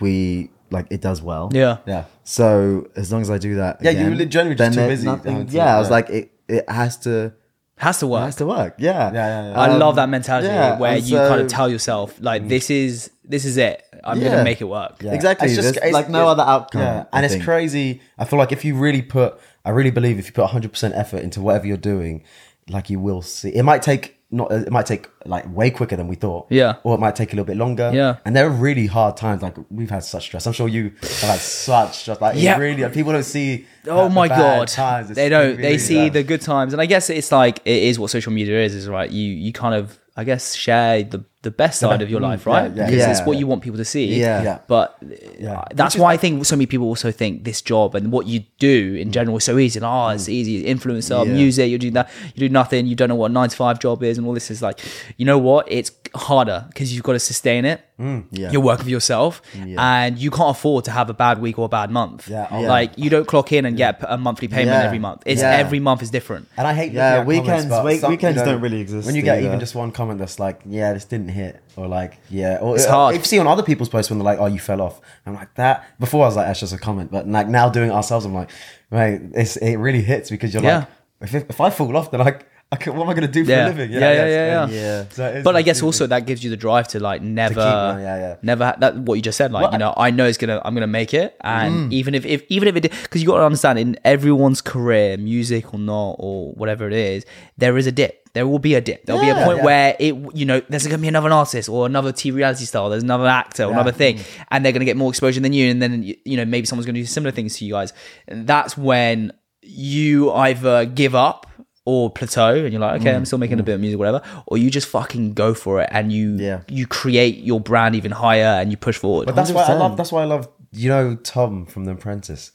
S3: we like it does well.
S1: yeah.
S2: Yeah,
S3: So as long as I do that,
S2: Yeah, you
S3: again,
S2: were generally just
S3: then
S2: too
S3: there-
S2: busy having
S3: Nothing,
S2: to-
S3: yeah, I was
S2: yeah.
S3: like, it it has to
S1: Has to
S3: it
S1: work.
S3: has to work. Yeah,
S2: yeah, yeah.
S1: I
S3: Um,
S1: love that mentality
S3: yeah,
S1: where
S3: and
S1: you kind of
S3: so-
S1: tell yourself like this is this is it. I'm
S3: Yeah.
S1: gonna make it work.
S2: Mm. Yeah.
S3: Exactly. There's, like, no other outcome,
S2: Yeah,
S3: I
S2: and it's
S3: think.
S2: crazy. I feel like if you really put, I really believe if you put 100 percent effort into whatever you're doing, like you will see. It might take not. It might take like way quicker than we thought.
S1: Yeah.
S2: Or it might take a little bit longer.
S1: Yeah.
S2: And there are really hard times. Like we've had such stress. I'm sure you have had such stress. Like
S1: Yeah.
S2: yeah. really, like, people don't see.
S1: Oh
S2: the
S1: my
S2: bad
S1: god!
S2: times. It's
S1: They don't.
S2: really,
S1: They
S2: really
S1: see
S2: bad.
S1: the good times, and I guess it's like it is what social media is. Is right? You you kind of I guess share the the best side of your life,
S2: mm, yeah,
S1: right?
S2: yeah,
S1: because
S3: yeah.
S1: it's what you want people to see.
S3: Yeah.
S2: Yeah.
S1: But uh,
S2: Yeah.
S1: that's why I think so many people also think this job and what you do
S2: Mm.
S1: in general is so easy. And oh, it's easy. Influencer,
S3: Yeah.
S1: music. You do that. You do nothing. You don't know what a nine to five job is, and all this is like, you know what? It's harder because you've got to sustain it.
S2: Mm,
S3: Yeah.
S1: You're working for yourself, and you can't afford to have a bad week or a bad month.
S2: Yeah.
S3: Yeah.
S1: Like you don't clock in and get a monthly payment
S3: Yeah.
S1: every month. It's
S3: Yeah.
S1: every month is different.
S2: And I hate looking at
S3: Yeah,
S2: comments,
S3: weekends-
S2: but
S3: week-
S2: some-
S3: weekends don't really exist
S2: When you get even
S3: either.
S2: just one comment that's like, "Yeah, this didn't hit," or like, "Yeah," or
S1: It's
S2: or
S1: hard.
S2: If you see on other people's posts when they're like, "Oh, you fell off," I'm like that. Before I was like, "That's just a comment," but like now doing it ourselves, I'm like, "Right, it's it really hits because you're
S1: Yeah.
S2: like, if, if if I fall off, then like, I can, what am I gonna do for
S1: Yeah.
S2: a living?"
S1: Yeah, yeah,
S2: it's
S1: yeah,
S2: crazy.
S1: yeah.
S2: So it is-
S1: But I guess
S2: it's-
S1: also that gives you the drive to like never,
S2: yeah, yeah.
S1: never ha- that what you just said. Like
S2: Well, Mm.
S1: you know, I know it's gonna, I'm gonna make it, and even if, if even if it, because you got to understand in everyone's career, music or not or whatever it is, there is a dip. There will be a dip. There'll be a
S2: Yeah.
S1: point
S2: Yeah.
S1: where it, you know, there's gonna be another artist or another T reality star. There's another actor or another
S2: Mm.
S1: thing, and they're gonna get more exposure than you, and then you you know maybe someone's gonna do similar things to you guys. And that's when you either give up or plateau and you're like okay i'm still making a bit of music whatever or you just fucking go for it and you
S3: Yeah.
S1: you create your brand even higher and you push forward
S2: But that's why I
S3: 100%.
S2: love. That's why I love. You know, Tom from The Apprentice.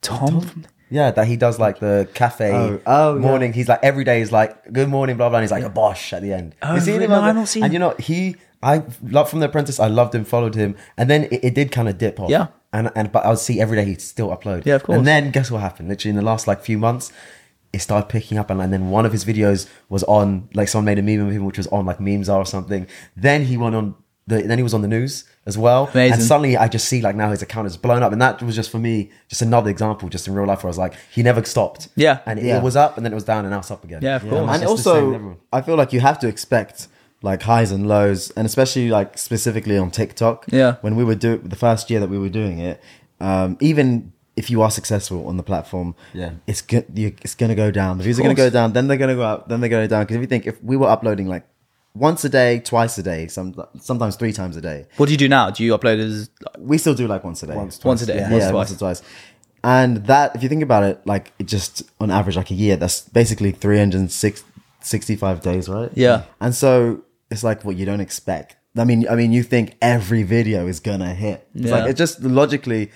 S1: tom,
S2: Yeah, that he does like the cafe
S3: Oh, oh, yeah.
S2: morning. He's like every day is like good morning, blah blah. And he's like a bosh at the end.
S1: Oh,
S2: You seen him
S1: no,
S2: on the-
S1: I've not seen
S2: And
S1: him.
S2: you know he, I love from The Apprentice. I loved him, followed him, and then it, it did kind of dip off.
S1: Yeah.
S2: and and but I would see every day he'd still upload.
S1: Yeah, of course.
S2: And then guess what happened? Literally in the last like few months. It started picking up, and, and then one of his videos was on like someone made a meme of him, which was on like memes are or something. Then he went on the, then he was on the news as well,
S1: Amazing.
S2: and suddenly I just see like now his account is blown up, and that was just for me just another example just in real life where I was like he never stopped.
S1: Yeah.
S2: and
S3: Yeah.
S2: it was up and then it was down and now it's up again.
S1: Yeah, of
S2: And
S1: course.
S2: it's
S3: and
S2: just the same with
S3: also
S2: everyone.
S3: i feel like you have to expect like highs and lows and especially like specifically on tiktok
S1: Yeah.
S3: when we were do the first year that we were doing it um even if you are successful on the platform
S2: Yeah.
S3: it's good it's gonna go down the views are gonna
S1: course.
S3: go down then they're gonna go up then they're gonna go down because if you think if we were uploading like once a day twice a day some sometimes three times a day
S1: what do you do now do you upload as
S3: we still do like once a day
S2: Once,
S1: once a day
S2: yeah.
S1: once,
S3: yeah,
S1: twice?
S3: once or twice. And that, if you think about it, like it just on average, like a year, that's basically 365 days, right?
S1: Yeah.
S3: And so it's like what you don't expect. I mean, I mean, you think every video is gonna hit. It's
S1: Yeah.
S3: like it just logically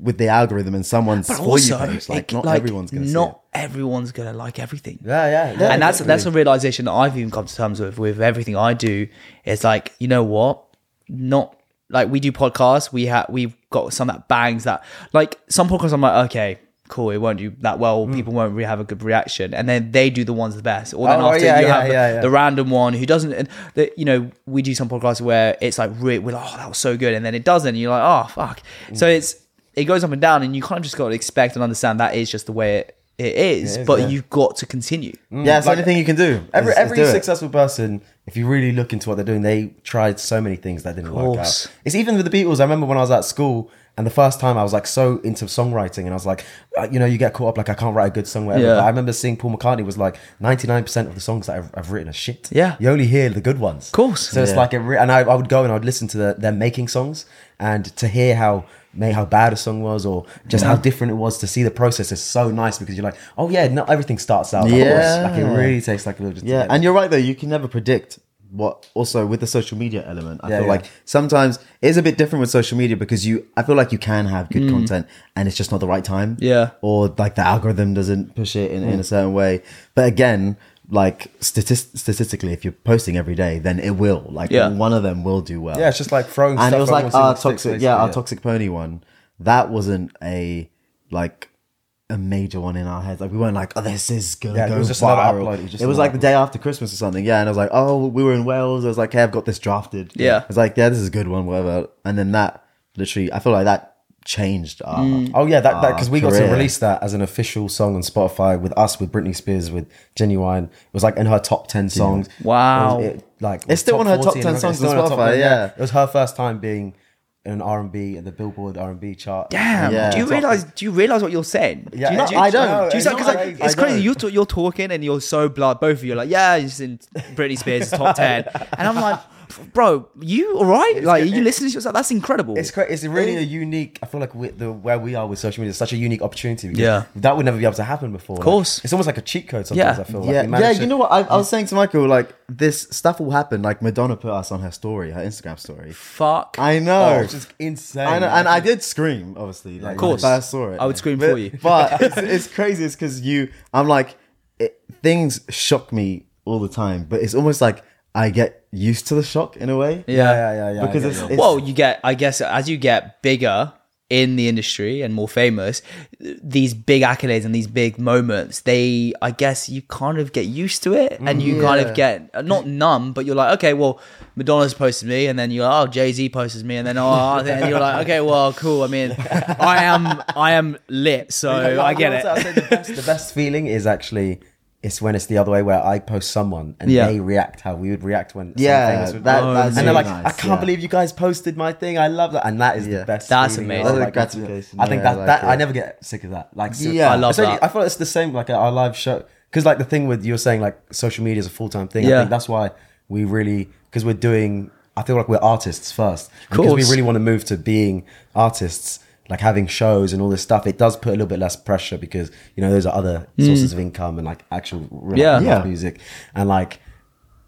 S3: with the algorithm and someone's
S1: but
S3: for
S1: also
S3: you page, like
S1: it-
S3: not everyone's gonna see it.
S1: not everyone's gonna like everything
S2: yeah, yeah, yeah,
S1: and that's
S2: exactly.
S1: that's a realization that I've even come to terms with with everything I do. It's like you know what, not like we do podcasts. We have we've got some that bangs that like some podcasts. I'm like okay. Cool, it won't do that
S2: Hmm.
S1: well. People won't really have a good reaction, and then they do the ones the best. Or then
S2: Oh,
S1: after
S2: yeah,
S1: you
S2: yeah,
S1: have the,
S2: yeah, yeah.
S1: the random one who doesn't, and the, you know, we do some podcasts where it's like re- we're like, oh, that was so good, and then it doesn't. And you're like, oh fuck.
S2: Hmm.
S1: So it's it goes up and down, and you kind of just got to expect and understand that is just the way it, it is.
S2: is,
S1: but
S2: yeah.
S1: you've got to continue.
S3: Yeah, it's the only thing you can do.
S2: Every
S3: is- is
S2: every
S3: do it.
S2: successful person if you really look into what they're doing, they tried so many things that didn't work
S1: Course.
S2: out. It's even with the Beatles. I remember when I was at school, and the first time I was like so into songwriting, and I was like, uh, you know, you get caught up like I can't write a good song. Whatever.
S1: Yeah.
S2: But I remember seeing Paul McCartney was like ninety nine percent of the songs that I've, I've written are shit.
S1: Yeah.
S2: you only hear the good ones. Of
S1: course.
S2: So it's
S1: Yeah.
S2: like it, re- and I, I would go and I'd listen to the, them making songs, and to hear how. May how bad a song was, or just how different it was to see the process is so nice because you're like, oh yeah, not everything starts out. like this. like it
S3: Yeah.
S2: really takes like a little.
S3: Yeah, and you're right though. You can never predict what. Also, with the social media element, I
S2: Yeah,
S3: feel
S2: yeah.
S3: like sometimes it's a bit different with social media because you. I feel like you can have
S2: Mm.
S3: good content, and it's just not the right time.
S1: Yeah.
S3: or like the algorithm doesn't push it in,
S2: Mm.
S3: in a certain way. But again, like statist- statistically, if you're posting every day, then it will. Like
S1: Yeah.
S3: one of them will do well.
S2: Yeah, it's just like throwing
S3: and
S2: stuff
S3: it was
S2: at
S3: like
S2: once and
S3: our
S2: it sticks,
S3: toxic,
S2: basically,
S3: yeah, our
S2: yeah.
S3: toxic pony one. That wasn't a like a major one in our heads. Like we weren't like, oh, this is gonna
S2: Yeah, it
S3: go
S2: was just another
S3: viral.
S2: upload. It was just
S3: it was
S2: another
S3: like the day after Christmas or something. Yeah, and I was like, oh, we were in Wales. I was like, hey, I've got this drafted.
S1: Yeah.
S3: I was like, yeah, this is a good one, whatever. And then that literally, I feel like that changed our.
S2: Oh yeah, that because
S3: Ah,
S2: we got to
S3: career.
S2: release that as an official song on Spotify with us, with Britney Spears, with Genuine. It was like in her top ten songs.
S1: Wow.
S2: It was- it, like
S3: It's still on her top 10 songs on Spotify, yeah.
S2: it was her first time being in an R and B at the Billboard R and B chart.
S1: Damn.
S3: Yeah.
S1: Do you realize? Do you realize what you're saying?
S2: Yeah.
S1: Do you,
S2: No,
S1: do you-
S2: I
S3: don't.
S1: Do you
S2: It's
S1: sound, 'cause,
S2: not
S1: like,
S2: crazy.
S1: it's
S2: I don't.
S1: crazy. You're, t- you're talking and you're so blood. Both of you are like, yeah, it's in Britney Spears' top ten, and I'm like, bro, you all right? like, you listen to yourself? That's incredible.
S2: It's cra- It's really a unique. I feel like with the where we are with social media, it's such a unique opportunity. because
S1: Yeah.
S2: that would never be able to happen before. Of
S1: course.
S2: it's almost like a cheat code. Sometimes
S1: Yeah.
S2: I feel like
S3: Yeah,
S2: they
S3: yeah.
S2: managed to-
S3: You
S2: Mm.
S3: know what? I, I was saying to Michael, like this stuff will happen. Like Madonna put us on her story, her Instagram story.
S1: Fuck.
S3: I
S2: Oh,
S3: know.
S2: it's just insane.
S3: I know, and I did scream, obviously. Like,
S1: course.
S3: when I first saw it.
S1: I would scream
S3: But-
S1: for you.
S3: But it's, it's crazy. It's because you, I'm like, it, things shock me all the time, but it's almost like I get used to the shock in a way.
S1: Yeah.
S2: yeah, yeah, yeah. I
S3: Because
S2: get
S3: it's,
S2: you.
S3: it's
S1: well, you get, I guess, as you get bigger in the industry and more famous, these big accolades and these big moments, they, I guess, you kind of get used to it and you kind of get uh, not numb, but you're like, okay, well, Madonna's posted me, and then you're like, oh, Jay Z posted me, and then oh, then you're like, okay, well, cool. I mean, I am, I am lit, so I get
S2: I'll say- I'll
S1: it.
S2: say the, best, the best feeling is actually it's when it's the other way where I post someone and
S1: Yeah.
S2: they react how we would react when
S3: Yeah,
S2: someone famous would
S3: that-
S2: do it.
S3: that's
S2: and they're like
S3: really
S2: I
S3: nice,
S2: can't
S3: yeah.
S2: believe you guys posted my thing I love that and that is the
S3: Yeah.
S2: best
S1: That's
S2: feeling.
S1: amazing.
S2: I
S1: That's
S3: a
S2: like-
S3: gratification.
S2: I think
S3: Yeah,
S2: that,
S3: I like
S2: that I
S3: it.
S2: never get sick of that like seriously.
S3: Yeah. I
S1: love
S2: Especially-
S1: that.
S2: I feel it's the same like at our live show because like the thing with you're saying like social media is a full time thing I
S1: Yeah.
S2: think that's why we really because we're doing I feel like we're artists first because we
S1: course.
S2: really want to move to being artists, like having shows and all this stuff, it does put a little bit less pressure because you know those are other sources of income and like actual real
S1: Hmm. Yeah.
S2: live
S3: Yeah.
S2: music and like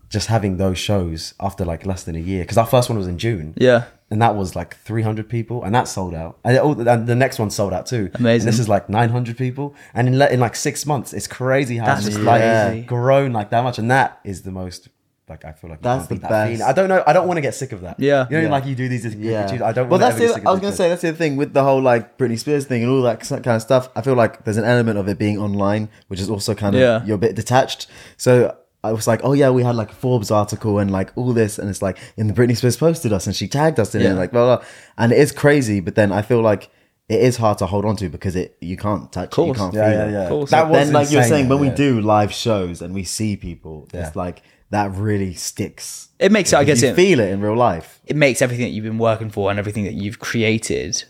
S2: just having those shows after like less than a year because our first one was in June.
S1: Yeah.
S2: And that was like 300 people, and that sold out. And, it, all- and the next one sold out too.
S1: Amazing.
S2: And this is like 900 people, and in, le- in like six months, it's crazy how
S1: That's
S2: it's just
S1: crazy.
S2: like grown like that much. And that is the most like I feel like you
S3: That's
S2: can't beat
S3: the
S2: that feeling.
S3: best.
S2: I don't know. I don't want to get sick of that.
S1: Yeah.
S2: You know,
S1: Yeah.
S2: like you do these. Yeah. I don't.
S3: Well,
S2: wanna ever
S3: that's
S2: get
S3: the.
S2: sick of
S3: I was
S2: this
S3: gonna
S2: shit.
S3: say that's the other thing with the whole like Britney Spears thing and all that s- kind of stuff. I feel like there's an element of it being online, which is also kind of
S1: Yeah.
S3: you're a bit detached. So I was like, oh yeah, we had like a Forbes article and like all this, and it's like, and the Britney Spears posted us and she tagged us in it,
S1: Yeah.
S3: and like blah, blah blah, and it is crazy. But then I feel like it is hard to hold on to because it you can't touch, it, you
S1: Course.
S3: can't
S2: Yeah,
S3: feel
S2: yeah,
S3: it.
S2: yeah.
S1: Cool.
S2: That
S1: But
S2: was
S3: then like you're
S2: insane,
S3: saying, when we
S2: yeah.
S3: do live shows and we see people,
S2: Yeah.
S3: it's like that really sticks.
S1: It makes it, I guess,
S3: you
S1: it,
S3: feel it in real life.
S1: it makes everything that you've been working for and everything that you've created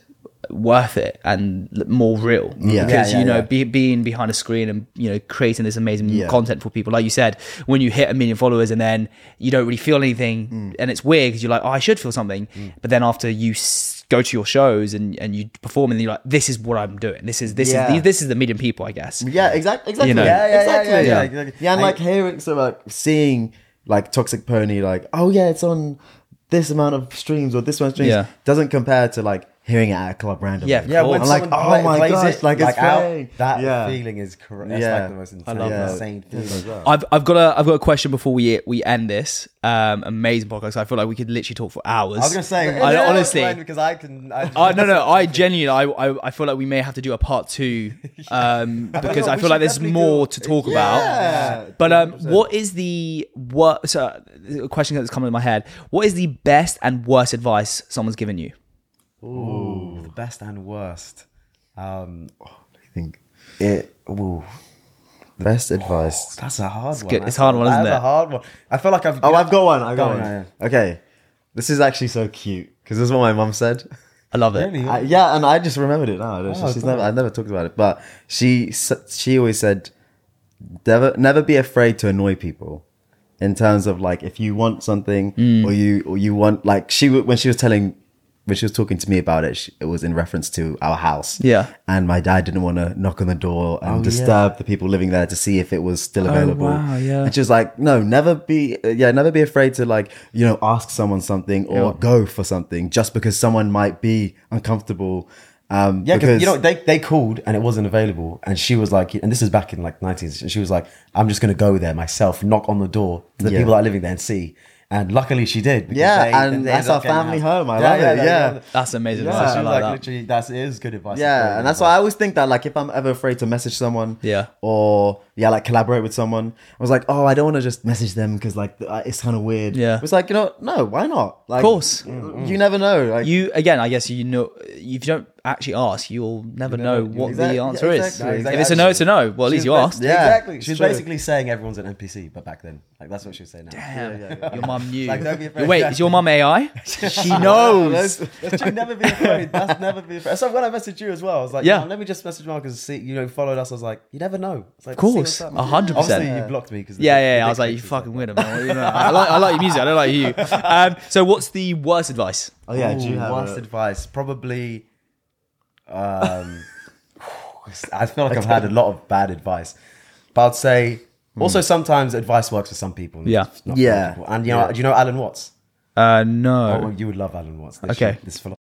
S1: worth it and l- more real
S3: Yeah.
S1: because
S2: Yeah, yeah,
S1: you know
S2: yeah.
S1: Be, being behind a screen and you know creating this amazing
S3: Yeah.
S1: content for people like you said when you hit a million followers and then you don't really feel anything
S2: Mm.
S1: and it's weird because you're like oh i should feel something but then after you s- go to your shows and and you perform and you're like this is what i'm doing this is this
S2: Yeah.
S1: is this is the medium people i guess
S3: Yeah, exactly, exactly.
S1: You know?
S2: Yeah, yeah, yeah,
S3: exactly.
S2: yeah, yeah,
S3: yeah,
S2: exactly.
S3: and
S2: I-
S3: like hearing so like seeing like Toxic Pony, like oh yeah, it's on this amount of streams or this amount of streams
S1: Yeah.
S3: doesn't compare to like hearing it at a club randomly.
S1: Yeah, of
S2: Yeah,
S1: Cool.
S2: when
S1: I'm
S3: like,
S2: someone
S3: oh
S2: play-
S3: my
S2: plays
S3: gosh,
S2: it,
S3: like, it's
S2: out,
S3: playing.
S2: that
S3: Yeah.
S2: feeling is correct. That's
S3: Yeah.
S2: like the most insane,
S3: love that.
S2: insane thing as well.
S1: I've, I've got a I've got a question before we we end this um, amazing podcast. I feel like we could literally talk for hours.
S2: I was gonna say,
S1: I
S2: yeah,
S1: honestly,
S2: mine, because I can. I,
S1: I Uh, no no I genuinely I, I I feel like we may have to do a part two um because
S2: yeah,
S1: I
S2: we
S1: feel like
S2: should
S1: there's
S2: definitely
S1: more
S2: do-
S1: to talk
S2: Yeah.
S1: about. But um, what is the what? So a question that's come into my head: What is the best and worst advice someone's given you?
S2: Ooh, the best and worst. Um,
S3: I think
S2: it. Ooh,
S3: Best advice.
S2: That's a hard one.
S1: good.
S2: That's
S1: It's a hard
S2: a-
S1: one, isn't
S2: that's
S1: it?
S2: a hard one. I feel like I've.
S3: Oh, I've got one. I've got
S2: Go
S3: one.
S2: on.
S3: Okay. This is actually so cute because this is what my mum said.
S1: I love it.
S2: Really?
S3: I, yeah, and I just remembered it now. It's
S2: Oh,
S3: just- she's
S2: cool.
S3: never, I've never talked about it, but she s- she always said, never never be afraid to annoy people. In terms of like, if you want something or you or you want like she w- when she was telling when she was talking to me about it, she, it was in reference to our house.
S1: Yeah.
S3: and my dad didn't want to knock on the door and disturb the people living there to see if it was still available.
S1: Oh, wow, yeah.
S3: And she was like, no, never be, uh, yeah, never be afraid to like, you know, ask someone something or go for something just because someone might be uncomfortable. Um,
S2: Yeah, because
S3: because
S2: you know they, they called and it wasn't available, and she was like, and this is back in like nineties, and she was like, I'm just gonna go there myself, knock on the door to the
S3: Yeah.
S2: people that are living there and see. And luckily she did. because
S3: Yeah,
S2: they-
S3: and
S2: they
S3: that's
S2: ended
S3: our
S2: up getting
S3: family
S2: out.
S3: home. I love it,
S2: they-
S3: yeah.
S1: That's amazing.
S2: Yeah,
S1: advice.
S2: she
S1: I
S2: was
S1: like
S2: like,
S1: that.
S2: literally, that's it is good advice.
S3: yeah, and that's why I always think that like if I'm ever afraid to message someone,
S1: Yeah.
S3: or yeah, like collaborate with someone, I was like, oh, I don't want to just message them because like uh, it's kind of weird.
S1: Yeah.
S3: it's like you know, no, why not? Like,
S1: course.
S3: you never know. Like,
S1: You again, I guess you know. If you don't actually ask, you'll never know what
S3: exact-
S1: the
S3: yeah,
S1: answer is.
S3: exactly,
S1: If it's a no,
S2: exactly.
S1: it's a no. Well, at least you asked.
S3: Yeah,
S2: exactly.
S3: it's
S2: She's
S3: true.
S2: basically saying everyone's an NPC, but back then, like that's what she was saying. Now.
S1: Damn, your mum knew.
S2: Like, don't be afraid.
S1: Wait, is your mum AI? she knows.
S2: That should never be afraid. That's never be afraid. So when I messaged you as well, I was like,
S1: Yeah.
S2: yeah, let me just message Marcus and see. You know, followed us. I was like, you never know. It's like,
S1: Of course, a hundred percent.
S2: Obviously, you blocked me because
S1: Yeah, yeah, yeah. I was like, you fucking weirdo, man. What do you know? I like, I like your music. I don't like you. Um, so, what's the worst advice?
S3: oh yeah, do you have
S2: worst
S3: a-
S2: advice probably. Um, I feel like I've had a lot of bad advice, but I'd say also sometimes advice works for some people. and
S1: Hmm. Yeah.
S2: it's not for other
S3: Yeah.
S2: people. and you know, do you know Alan Watts?
S1: Uh,
S2: Oh,
S1: no.
S2: you would love Alan Watts. This
S1: Okay.
S2: shit, this philosopher.